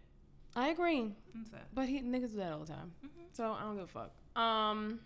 Speaker 1: I agree.
Speaker 2: That's it.
Speaker 1: But he niggas do that all the time. So I don't give a fuck. Um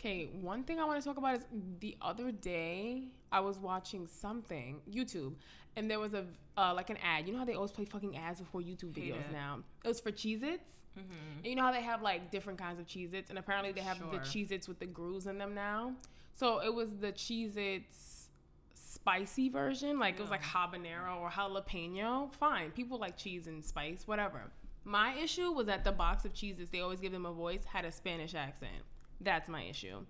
Speaker 1: Okay, one thing I want to talk about is the other day I was watching something YouTube, and there was a uh, like an ad. You know how they always play fucking ads before YouTube
Speaker 2: Hate
Speaker 1: videos
Speaker 2: it.
Speaker 1: now. It was for Cheez-Its. And you know how they have like different kinds of Cheez-Its, and apparently they have the
Speaker 2: Mm-hmm. Sure.
Speaker 1: Cheez-Its with the grooves in them now. So it was the Cheez-Its spicy version, like it was like habanero or jalapeno. Fine, people like cheese and spice, whatever. My issue was that the box of cheeses they always give them a voice had a Spanish accent. That's my issue.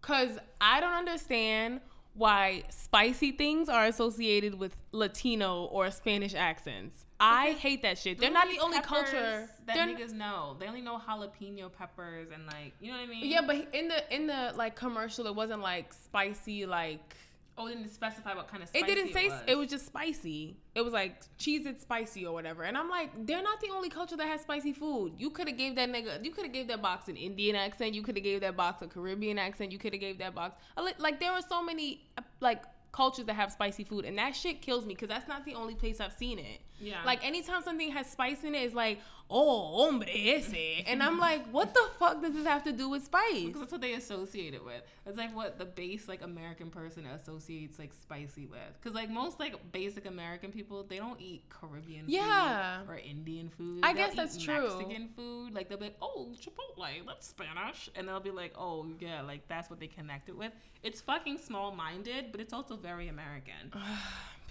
Speaker 1: Cause I don't understand why spicy things are associated with Latino or Spanish accents. I hate that shit. They're not the only
Speaker 2: peppers
Speaker 1: culture
Speaker 2: that
Speaker 1: they're-
Speaker 2: niggas know. They only know jalapeno peppers and like, you know what I mean?
Speaker 1: Yeah, but he- in the in the like commercial, it wasn't like spicy. Like
Speaker 2: Oh, didn't specify what kind of.
Speaker 1: it
Speaker 2: Spicy
Speaker 1: didn't say
Speaker 2: It
Speaker 1: s-
Speaker 2: was.
Speaker 1: it was just spicy. It was like cheese it spicy or whatever. And I'm like, they're not the only culture that has spicy food. You could have gave that nigga. You could have gave that box an Indian accent. You could have gave that box a Caribbean accent. You could have gave that box a li- like there are so many uh, like cultures that have spicy food, and that shit kills me because that's not the only place I've seen it.
Speaker 2: Yeah.
Speaker 1: Like anytime something has spice in it, it's like, oh, hombre ese, and I'm like, what the fuck does this have to do with spice?
Speaker 2: because that's what they associate it with. It's like what the base like American person associates like spicy with. Because like most like basic American people, they don't eat Caribbean.
Speaker 1: Yeah.
Speaker 2: Food or Indian food.
Speaker 1: I
Speaker 2: They'll
Speaker 1: guess
Speaker 2: eat
Speaker 1: that's true.
Speaker 2: Mexican food, like they'll be like, oh Chipotle, that's Spanish, and they'll be like, oh yeah, like that's what they connect it with. It's fucking small minded, but it's also very American.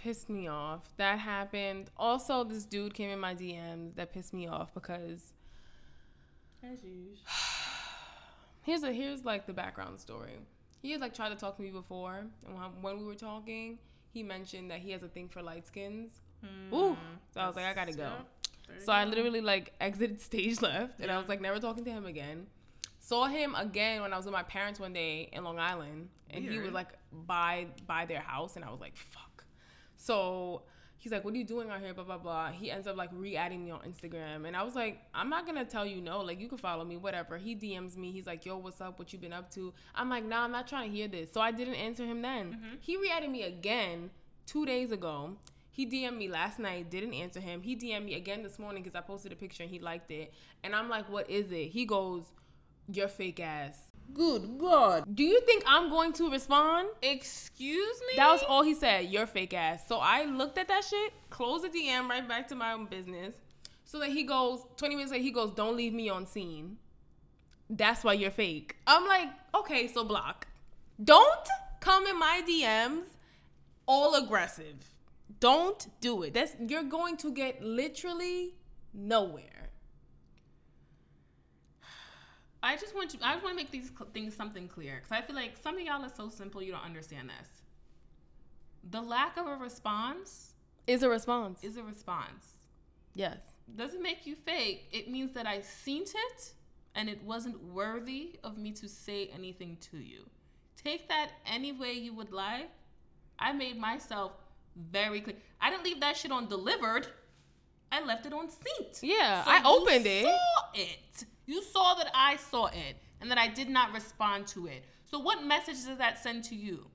Speaker 1: pissed me off. That happened. Also, this dude came in my DMs that pissed me off because
Speaker 2: As usual.
Speaker 1: here's a here's like the background story. He had like tried to talk to me before, and when- when we were talking, he mentioned that he has a thing for light skins. Ooh, so I was like, I gotta go. So I literally like exited stage left, and I was like, never talking to him again. Saw him again when I was with my parents one day in Long Island, and he was
Speaker 2: Weird.
Speaker 1: like by by their house, and I was like, fuck. So he's like, what are you doing out here? Blah blah blah. He ends up like re-adding me on Instagram, and I was like, I'm not gonna tell you no. Like you can follow me, whatever. He DMs me. He's like, yo, what's up? What you been up to? I'm like, nah, I'm not trying to hear this. So I didn't answer him then. He re-added me again two days ago. He DM'd me last night, didn't answer him. He DM'd me again this morning because I posted a picture and he liked it. And I'm like, what is it? He goes, your fake ass. Good God. Do you think I'm going to respond?
Speaker 2: Excuse me.
Speaker 1: That was all he said, your fake ass. So I looked at that shit, closed the DM right back to my own business. So that he goes, 20 minutes later, he goes, don't leave me on scene. That's why you're fake. I'm like, okay, so block. Don't come in my DMs all aggressive. Don't do it. That's you're going to get literally nowhere.
Speaker 2: I just want you. I just want to make these cl- things something clear because I feel like some of y'all are so simple you don't understand this. The lack of a response
Speaker 1: Is a response.
Speaker 2: is a response.
Speaker 1: yes.
Speaker 2: Doesn't make you fake. It means that I seen it, and it wasn't worthy of me to say anything to you. Take that any way you would like. I made myself very clear. I didn't leave that shit on delivered. I left it on seen.
Speaker 1: Yeah,
Speaker 2: So
Speaker 1: I
Speaker 2: you
Speaker 1: opened it.
Speaker 2: Saw it. You saw that I saw it, and that I did not respond to it. So what message does that send to you?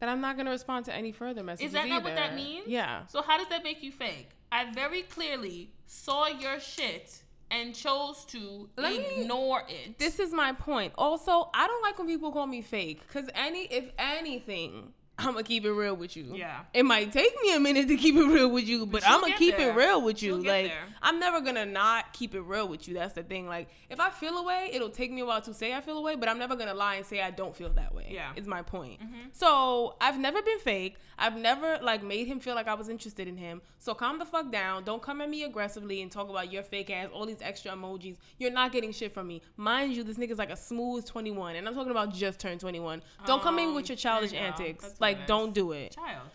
Speaker 1: That I'm not gonna respond to any further messages.
Speaker 2: Is that not what
Speaker 1: either.
Speaker 2: that means?
Speaker 1: Yeah.
Speaker 2: So how does that make you fake? I very clearly saw your shit and chose to
Speaker 1: Let me-
Speaker 2: ignore it.
Speaker 1: This is my point. Also, I don't like when people call me fake. Cause any if anything, I'ma keep it real with you.
Speaker 2: Yeah.
Speaker 1: It might take me a minute to keep it real with you, but,
Speaker 2: she'll
Speaker 1: I'ma
Speaker 2: get
Speaker 1: keep
Speaker 2: there.
Speaker 1: it real with you.
Speaker 2: She'll get
Speaker 1: Like
Speaker 2: there.
Speaker 1: I'm never gonna not keep it real with you. That's the thing. Like if I feel away, it'll take me a while to say I feel away, but I'm never gonna lie and say I don't feel that way.
Speaker 2: Yeah. Mm-hmm.
Speaker 1: Is my point. So I've never been fake. I've never like made him feel like I was interested in him. So calm the fuck down. Don't come at me aggressively and talk about your fake ass, all these extra emojis. You're not getting shit from me. Mind you, this nigga's like a smooth 21, and I'm talking about just turned 21. Don't come in
Speaker 2: Um,
Speaker 1: with your
Speaker 2: there you
Speaker 1: childish
Speaker 2: go.
Speaker 1: antics.
Speaker 2: That's what it
Speaker 1: Like,
Speaker 2: is.
Speaker 1: don't do it.
Speaker 2: Child.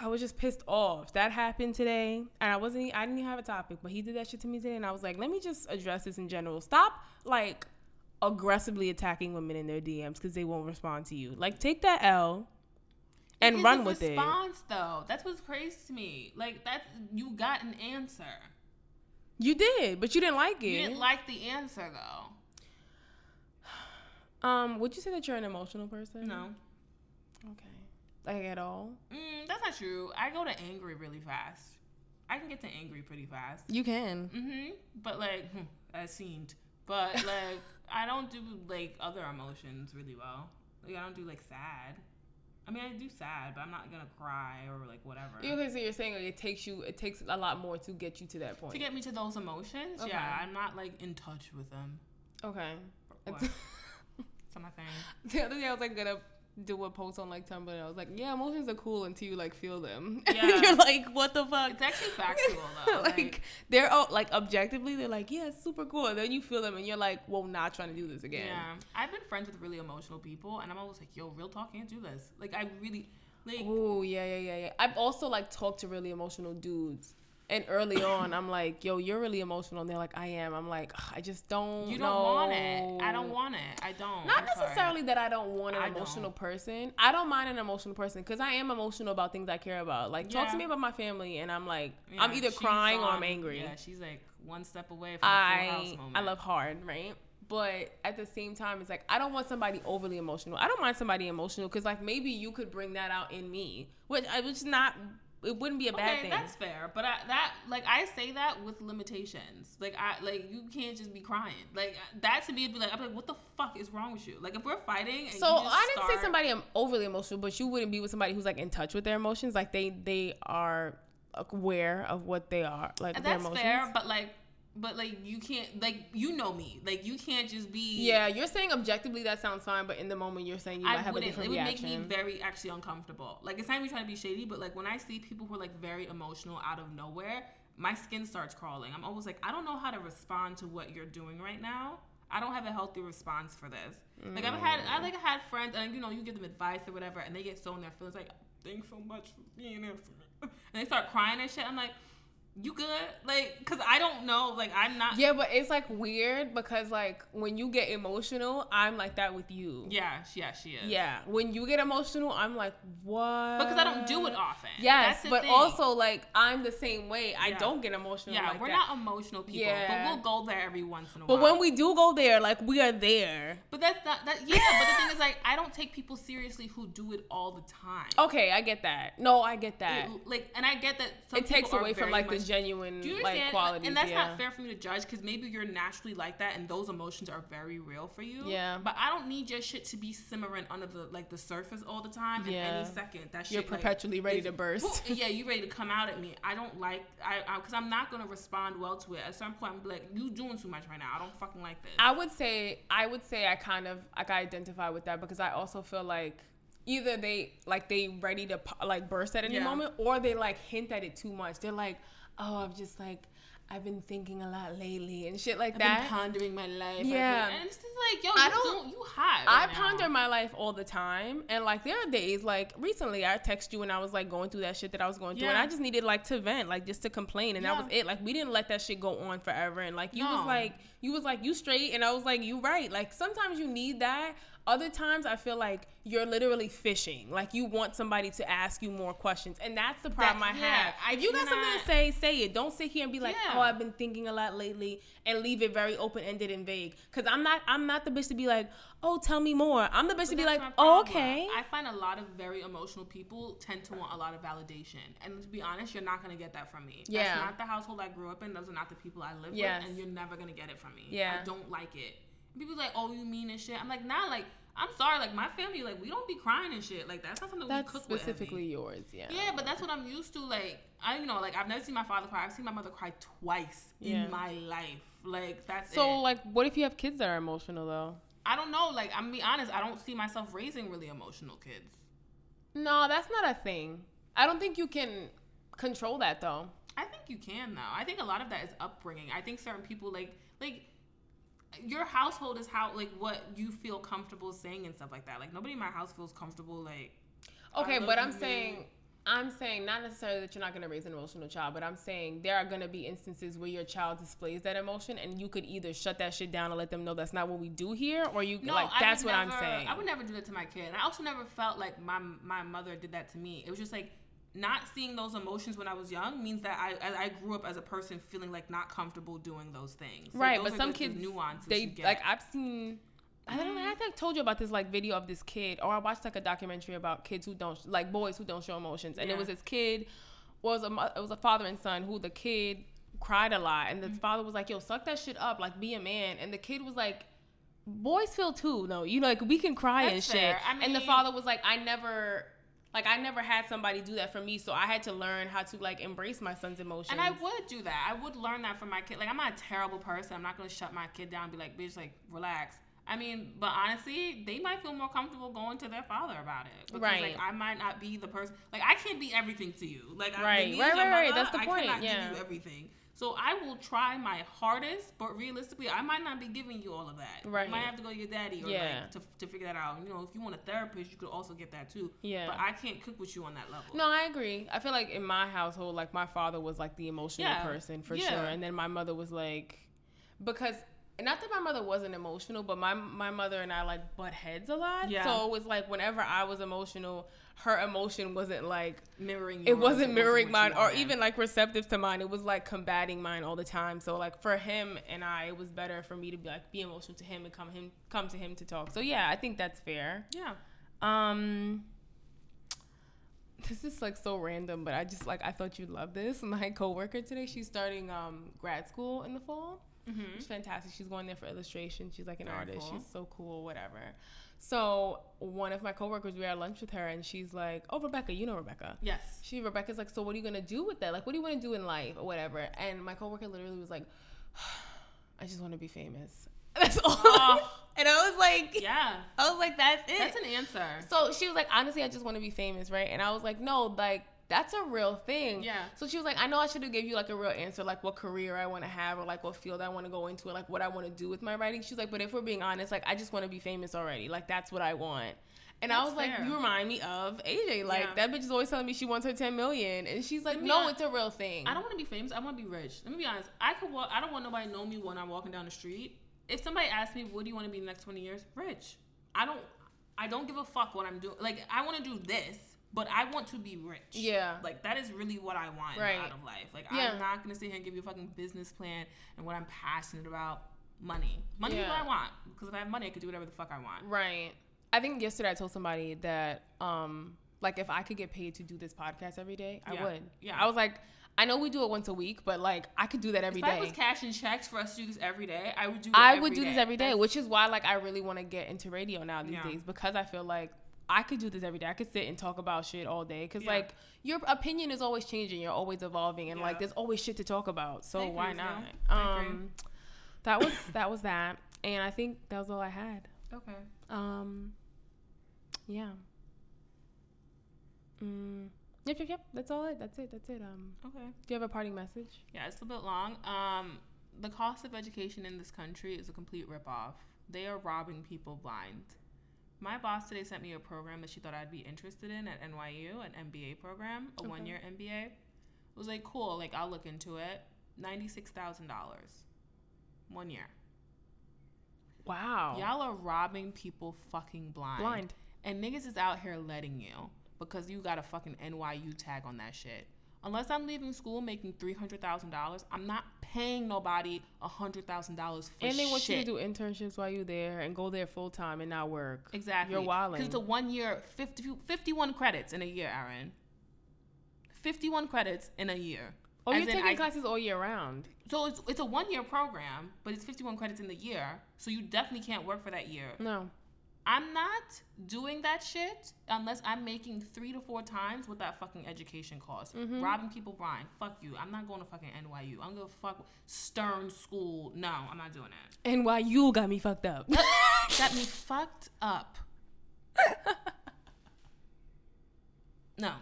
Speaker 1: I was just pissed off. That happened today, and I wasn't. e, I didn't even have a topic, but he did that shit to me today, and I was like, let me just address this in general. Stop like aggressively attacking women in their DMs because they won't respond to you. Like, take that L and
Speaker 2: It's
Speaker 1: run
Speaker 2: a
Speaker 1: with
Speaker 2: response, though. That's what's crazy to me. Like that, you got an answer.
Speaker 1: it. You did, but you didn't like it.
Speaker 2: You didn't like the answer though.
Speaker 1: um, would you say that you're an emotional person?
Speaker 2: No.
Speaker 1: Okay. Like at all?
Speaker 2: Mm, that's not true. I go to angry really fast. I can get to angry pretty fast.
Speaker 1: You can.
Speaker 2: Mm-hmm. But like, hmm, I seemed. But like, I don't do like other emotions really well. Like I don't do like sad. I mean, I do sad, but I'm not gonna cry or like whatever.
Speaker 1: Okay, so you're saying like it takes you. It takes a lot more to get you to that point.
Speaker 2: To get me to those emotions,
Speaker 1: Okay.
Speaker 2: yeah, I'm not like in touch with them.
Speaker 1: okay.
Speaker 2: What? It's not my thing.
Speaker 1: the other day I was like gonna do a post on like Tumblr and I was like, yeah, emotions are cool until you like feel them.
Speaker 2: Yeah.
Speaker 1: You're like, what the fuck?
Speaker 2: It's actually factual though.
Speaker 1: like,
Speaker 2: like,
Speaker 1: they're all like objectively they're like yeah it's super cool and then you feel them and you're like well not trying to do this again
Speaker 2: yeah, I've been friends with really emotional people, and I'm always like, yo, real talk can't do this. Like, I really like.
Speaker 1: oh yeah yeah yeah yeah i've also like talked to really emotional dudes and early on i'm like yo you're really emotional and they're like i am i'm like "Ugh, i just don't
Speaker 2: You don't want it. I don't
Speaker 1: know."
Speaker 2: want it. I don't.
Speaker 1: not
Speaker 2: I'm sorry.
Speaker 1: necessarily that I don't want an
Speaker 2: I
Speaker 1: emotional
Speaker 2: don't.
Speaker 1: person. I don't mind an emotional person because I am emotional about things I care about. Like talk to
Speaker 2: Yeah.
Speaker 1: me about my family, and I'm like,
Speaker 2: Yeah,
Speaker 1: I'm either
Speaker 2: she's
Speaker 1: crying or
Speaker 2: on-
Speaker 1: I'm angry.
Speaker 2: Yeah, she's like one step away from a full house
Speaker 1: I
Speaker 2: moment.
Speaker 1: I love hard, right? But at the same time, it's like I don't want somebody overly emotional. I don't mind somebody emotional because like maybe you could bring that out in me, which I which is not it wouldn't be a bad
Speaker 2: okay,
Speaker 1: thing.
Speaker 2: that's fair. But I, that, like, I say that with limitations. Like, I, like, you can't just be crying. Like, that to me would be like, I'm like, what the fuck is wrong with you? Like, if we're fighting, and
Speaker 1: so
Speaker 2: you just
Speaker 1: I didn't say
Speaker 2: start-
Speaker 1: somebody I'm overly emotional, but you wouldn't be with somebody who's like in touch with their emotions, like they they are aware of what they are, like
Speaker 2: And
Speaker 1: their
Speaker 2: That's
Speaker 1: emotions.
Speaker 2: fair, but like, but like, you can't, like, you know me. Like, you can't just be.
Speaker 1: Yeah, you're saying objectively that sounds fine, but in the moment you're saying you might
Speaker 2: I
Speaker 1: have a
Speaker 2: wouldn't.
Speaker 1: different
Speaker 2: It would
Speaker 1: reaction.
Speaker 2: make me very actually uncomfortable. Like it's not even trying to be shady, but like when I see people who are like very emotional out of nowhere, my skin starts crawling. I'm always like, I don't know how to respond to what you're doing right now. I don't have a healthy response for this. Like I've had, I like had friends, and you know, you give them advice or whatever, and they get so in their feelings, like, thanks so much for being there for me, and they start crying and shit. I'm like, you good? Like, cause I don't know. Like I'm not.
Speaker 1: yeah, but it's like weird because like when you get emotional, I'm like that with you.
Speaker 2: Yeah, she, yeah, she is.
Speaker 1: Yeah, when you get emotional, I'm like, what?
Speaker 2: Because I don't do it often.
Speaker 1: Yes,
Speaker 2: That's the
Speaker 1: but
Speaker 2: thing.
Speaker 1: also like I'm the same way. I
Speaker 2: Yeah.
Speaker 1: don't get emotional.
Speaker 2: Yeah,
Speaker 1: like
Speaker 2: we're
Speaker 1: that.
Speaker 2: not emotional people,
Speaker 1: Yeah.
Speaker 2: but we'll go there every once in a
Speaker 1: But
Speaker 2: while.
Speaker 1: when we do go there, like we are there.
Speaker 2: but that's not that. Yeah, but the thing is, like, I don't take people seriously who do it all the time.
Speaker 1: Okay, I get that. No, I get that.
Speaker 2: It- like, and I get that. Some
Speaker 1: It, takes
Speaker 2: people are
Speaker 1: away from
Speaker 2: very
Speaker 1: like the
Speaker 2: much-
Speaker 1: genuine
Speaker 2: Do you
Speaker 1: like
Speaker 2: understand?
Speaker 1: quality.
Speaker 2: and that's
Speaker 1: yeah.
Speaker 2: not fair for me to judge because maybe you're naturally like that, and those emotions are very real for you.
Speaker 1: Yeah.
Speaker 2: But I don't need your shit to be simmering under the like the surface all the time. And
Speaker 1: Yeah.
Speaker 2: any second, that shit
Speaker 1: You're
Speaker 2: like,
Speaker 1: perpetually ready
Speaker 2: is-
Speaker 1: to burst.
Speaker 2: Woo, yeah, you ready to come out at me? I don't like I because I'm not gonna respond well to it. At some point, I'm like, you doing too much right now. I don't fucking like this.
Speaker 1: I would say I would say I kind of like I identify with that because I also feel like either they like they ready to po- like burst at any
Speaker 2: Yeah.
Speaker 1: moment or they like hint at it too much. They're like, "Oh, I'm just like I've been thinking a lot lately and shit like
Speaker 2: I've
Speaker 1: that."
Speaker 2: been pondering my life. I've been-
Speaker 1: Yeah.
Speaker 2: and it's just like, yo,
Speaker 1: I
Speaker 2: you
Speaker 1: don't-
Speaker 2: don't, you hot.
Speaker 1: I
Speaker 2: right now.
Speaker 1: ponder my life all the time, and like there are days, like recently, I text you and I was like going through that shit that I was going through, and
Speaker 2: Yeah.
Speaker 1: I just needed like to vent, like just to complain, and that
Speaker 2: Yeah.
Speaker 1: was it. Like we didn't let that shit go on forever, and like you was
Speaker 2: No.
Speaker 1: like you was like you straight, and I was like you right. Like sometimes you need that. Other times I feel like you're literally fishing. Like you want somebody to ask you more questions, and that's the problem I
Speaker 2: yeah,
Speaker 1: have.
Speaker 2: I
Speaker 1: if you got something to
Speaker 2: cannot-
Speaker 1: say, say it. Don't sit here and be like,
Speaker 2: Yeah.
Speaker 1: oh, I've been thinking a lot lately, and leave it very open ended and vague. Cause I'm not, I'm not the bitch to be like, oh, tell me more. I'm the bitch to be
Speaker 2: But
Speaker 1: like,
Speaker 2: that's my
Speaker 1: oh,
Speaker 2: problem.
Speaker 1: okay.
Speaker 2: I find a lot of very emotional people tend to want a lot of validation, and to be honest, you're not gonna get that from me.
Speaker 1: Yeah.
Speaker 2: That's not the household I grew up in. Those are not the people I live
Speaker 1: Yes.
Speaker 2: with, and you're never gonna get it from me.
Speaker 1: Yeah.
Speaker 2: I don't like it. And people like, oh, you mean and shit. I'm like, nah, like. I'm sorry, like my family, like we don't be crying and shit. Like that's not something
Speaker 1: That's
Speaker 2: we cook with. heavy.
Speaker 1: specifically yours, yeah.
Speaker 2: Yeah, but that's what I'm used to. Like, I you know, like I've never seen my father cry. I've seen my mother cry twice
Speaker 1: Yeah.
Speaker 2: in my life. Like that's
Speaker 1: So
Speaker 2: it.
Speaker 1: like, what if you have kids that are emotional though?
Speaker 2: I don't know. Like I'm gonna be honest, I don't see myself raising really emotional kids.
Speaker 1: No, that's not a thing. I don't think you can control that though.
Speaker 2: I think you can though. I think a lot of that is upbringing. I think certain people like like your household is how like what you feel comfortable saying and stuff like that. Like nobody in my house feels comfortable like
Speaker 1: Okay,
Speaker 2: I love
Speaker 1: but
Speaker 2: you,
Speaker 1: I'm
Speaker 2: man.
Speaker 1: saying I'm saying not necessarily that you're not gonna raise an emotional child, but I'm saying there are gonna be instances where your child displays that emotion and you could either shut that shit down and let them know that's not what we do here, or you
Speaker 2: no,
Speaker 1: like
Speaker 2: I
Speaker 1: that's
Speaker 2: would
Speaker 1: what I'm
Speaker 2: never-
Speaker 1: saying.
Speaker 2: I would never do that to my kid. And I also never felt like my my mother did that to me. It was just like not seeing those emotions when I was young means that I as I grew up as a person feeling like not comfortable doing those things. Like,
Speaker 1: right,
Speaker 2: those
Speaker 1: but
Speaker 2: are
Speaker 1: some
Speaker 2: just the
Speaker 1: kids
Speaker 2: nuances you
Speaker 1: they
Speaker 2: get.
Speaker 1: like I've seen I don't know, I think I told you about this like video of this kid or I watched like a documentary about kids who don't like boys who don't show emotions and it
Speaker 2: Yeah.
Speaker 1: was this kid well, it was a mo- it was a father and son who the kid cried a lot and the
Speaker 2: Mm-hmm.
Speaker 1: father was like, "Yo, suck that shit up, like be a man." And the kid was like, "Boys feel too. No, you know, like we can cry and
Speaker 2: That's
Speaker 1: shit."
Speaker 2: fair. I
Speaker 1: and the
Speaker 2: mean-
Speaker 1: father was like, "I never like I never had somebody do that for me, so I had to learn how to like embrace my son's emotions."
Speaker 2: and I would do that. I would learn that from my kid. Like I'm not a terrible person. I'm not gonna shut my kid down and be like, bitch, like relax. I mean, but honestly, they might feel more comfortable going to their father about it. Because,
Speaker 1: Right.
Speaker 2: Like, I might not be the person. Like, I can't be everything to you. Like,
Speaker 1: Right,
Speaker 2: I, being
Speaker 1: right,
Speaker 2: your
Speaker 1: right, right.
Speaker 2: mother,
Speaker 1: That's the
Speaker 2: I
Speaker 1: point,
Speaker 2: cannot
Speaker 1: yeah.
Speaker 2: give you everything. So I will try my hardest, but realistically, I might not be giving you all of that.
Speaker 1: Right.
Speaker 2: You might have to go to your daddy or
Speaker 1: Yeah.
Speaker 2: like to, to figure that out. You know, if you want a therapist, you could also get that too.
Speaker 1: Yeah.
Speaker 2: But I can't cook with you on that level.
Speaker 1: No, I agree. I feel like in my household, like my father was like the emotional
Speaker 2: Yeah.
Speaker 1: person for
Speaker 2: Yeah.
Speaker 1: sure, and then my mother was like, because not that my mother wasn't emotional, but my my mother and I like butt heads a lot.
Speaker 2: Yeah.
Speaker 1: So it was like whenever I was emotional, her emotion wasn't like
Speaker 2: Mirroring.
Speaker 1: it
Speaker 2: yours,
Speaker 1: wasn't mirroring
Speaker 2: what
Speaker 1: mine
Speaker 2: you
Speaker 1: or
Speaker 2: wanted.
Speaker 1: even like receptive to mine. It was like combating mine all the time. So like for him and I, it was better for me to be like be emotional to him and come him come to him to talk. So yeah, I think that's fair.
Speaker 2: Yeah.
Speaker 1: Um this is like so random, but I just like I thought you'd love this. My coworker today, she's starting um grad school in the fall.
Speaker 2: Mm-hmm.
Speaker 1: She's fantastic. She's going there for illustration. She's like an
Speaker 2: Very
Speaker 1: artist.
Speaker 2: cool.
Speaker 1: She's so cool, whatever. So one of my coworkers, we were at lunch with her and she's like, Oh Rebecca, you know Rebecca.
Speaker 2: Yes.
Speaker 1: She Rebecca's like, So what are you gonna do with that? Like what do you wanna do in life or whatever? And my coworker literally was like, I just wanna be famous. That's all.
Speaker 2: Oh.
Speaker 1: and I was like
Speaker 2: Yeah.
Speaker 1: I was like, that's it.
Speaker 2: That's an answer.
Speaker 1: So she was like, honestly, I just want to be famous, right? And I was like, no, like that's a real thing.
Speaker 2: Yeah.
Speaker 1: So she was like, I know I should have gave you like a real answer, like what career I want to have or like what field I want to go into or like what I want to do with my writing. She was like, but if we're being honest, like I just want to be famous already. Like that's what I want. And I
Speaker 2: That's
Speaker 1: was like,
Speaker 2: fair.
Speaker 1: you remind me of AJ. Like
Speaker 2: Yeah.
Speaker 1: that bitch is always telling me she wants her 10 million, and she's like,
Speaker 2: Let me
Speaker 1: no,
Speaker 2: ask-
Speaker 1: it's a real thing.
Speaker 2: I don't want to be famous. I want to be rich. Let me be honest. I could walk. I don't want nobody to know me when I'm walking down the street. If somebody asks me, "What do you want to be in the next 20 years?" Rich. I don't. I don't give a fuck what I'm doing. Like I want to do this, but I want to be rich.
Speaker 1: Yeah.
Speaker 2: Like that is really what I want
Speaker 1: Right.
Speaker 2: out of life. Like
Speaker 1: Yeah.
Speaker 2: I'm not gonna sit here and give you a fucking business plan and what I'm passionate about. Money. Money is
Speaker 1: Yeah.
Speaker 2: what I want. Because if I have money, I can do whatever the fuck I want.
Speaker 1: Right. I think yesterday I told somebody that um like if I could get paid to do this podcast every day, I
Speaker 2: Yeah.
Speaker 1: would.
Speaker 2: Yeah.
Speaker 1: I was like, I know we do it once a week, but like I could do that every
Speaker 2: If I
Speaker 1: day.
Speaker 2: was cashing checks for us to do this every day, I would do. It
Speaker 1: I
Speaker 2: every
Speaker 1: would do this every day,
Speaker 2: That's-
Speaker 1: which is why like I really want to get into radio now these
Speaker 2: Yeah.
Speaker 1: days because I feel like I could do this every day. I could sit and talk about shit all day because
Speaker 2: Yeah.
Speaker 1: like your opinion is always changing, you're always evolving, and like
Speaker 2: Yeah.
Speaker 1: there's always shit to talk about. So
Speaker 2: I agree
Speaker 1: why
Speaker 2: with you.
Speaker 1: not?
Speaker 2: I agree.
Speaker 1: Um, that was that was that, and I think that was all I had.
Speaker 2: Okay.
Speaker 1: Um. Yeah. Mm. Yep, yep, yep. That's all it. That's it. That's it. Um.
Speaker 2: Okay.
Speaker 1: Do you have a parting message?
Speaker 2: Yeah, it's a bit long. Um, the cost of education in this country is a complete ripoff. They are robbing people blind. My boss today sent me a program that she thought I'd be interested in at NYU, an MBA program, a
Speaker 1: Okay.
Speaker 2: one year MBA. I was like, cool, like I'll look into it. $96,000. One year.
Speaker 1: Wow.
Speaker 2: Y'all are robbing people fucking blind.
Speaker 1: Oh. Blind.
Speaker 2: And niggas is out here letting you because you got a fucking NYU tag on that shit. Unless I'm leaving school making three hundred thousand dollars, I'm not paying nobody hundred thousand dollars for
Speaker 1: and they want you to
Speaker 2: shit.
Speaker 1: do internships while you're there and go there full time and not work.
Speaker 2: exactly
Speaker 1: You're wilding.
Speaker 2: because it's a one year 50, 51 credits in a year, Aaron. Fifty one credits in a year.
Speaker 1: Oh,
Speaker 2: As
Speaker 1: you're
Speaker 2: in,
Speaker 1: taking
Speaker 2: I-
Speaker 1: classes all year round.
Speaker 2: So it's it's a one year program, but it's fifty one credits in the year. So you definitely can't work for that year.
Speaker 1: No.
Speaker 2: I'm not doing that shit unless I'm making three to four times what that fucking education costs.
Speaker 1: Mm-hmm.
Speaker 2: Robbing people blind. Fuck you. I'm not going to fucking NYU. I'm gonna fuck Stern School. No, I'm not doing that.
Speaker 1: And why you got me fucked up?
Speaker 2: Got me fucked up. No.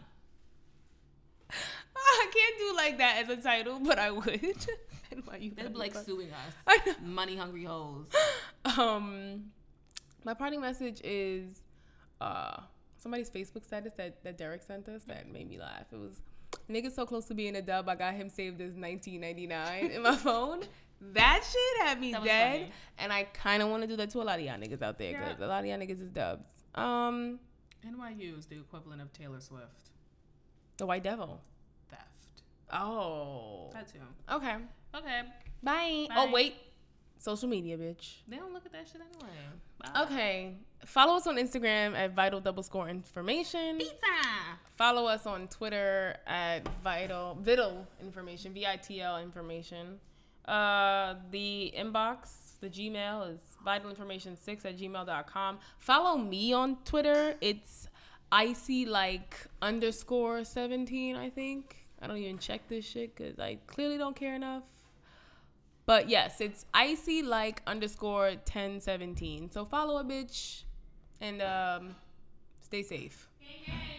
Speaker 1: I can't do like that as a title, but I would. and why you?
Speaker 2: They'd
Speaker 1: got
Speaker 2: be
Speaker 1: me
Speaker 2: like
Speaker 1: fucked-
Speaker 2: suing us.
Speaker 1: I know.
Speaker 2: Money hungry hoes.
Speaker 1: um my parting message is uh somebody's facebook status that, that derek sent us that made me laugh it was nigga so close to being a dub i got him saved as 1999 in my phone that shit had me
Speaker 2: That was
Speaker 1: dead
Speaker 2: funny.
Speaker 1: and i kind of want to do that to a lot of y'all niggas out there because a lot of y'all niggas is dubs um
Speaker 2: NYU is the equivalent of Taylor Swift.
Speaker 1: the white devil
Speaker 2: Theft.
Speaker 1: oh
Speaker 2: That too.
Speaker 1: okay
Speaker 2: Okay.
Speaker 1: bye.
Speaker 2: Bye.
Speaker 1: oh wait social media bitch
Speaker 2: They don't look at that shit anyway.
Speaker 1: okay follow us on instagram at vital double score information
Speaker 2: Pizza.
Speaker 1: Follow us on Twitter at Vital Vital Information V I T L Information. Uh, the inbox, the Gmail is vitalinformation6 at gmail.com. Follow me on Twitter. It's icy like underscore 17, I think. I don't even check this shit because I clearly don't care enough. But yes, it's icy like underscore 1017. So follow a bitch and um, stay safe.
Speaker 2: Gang, gang.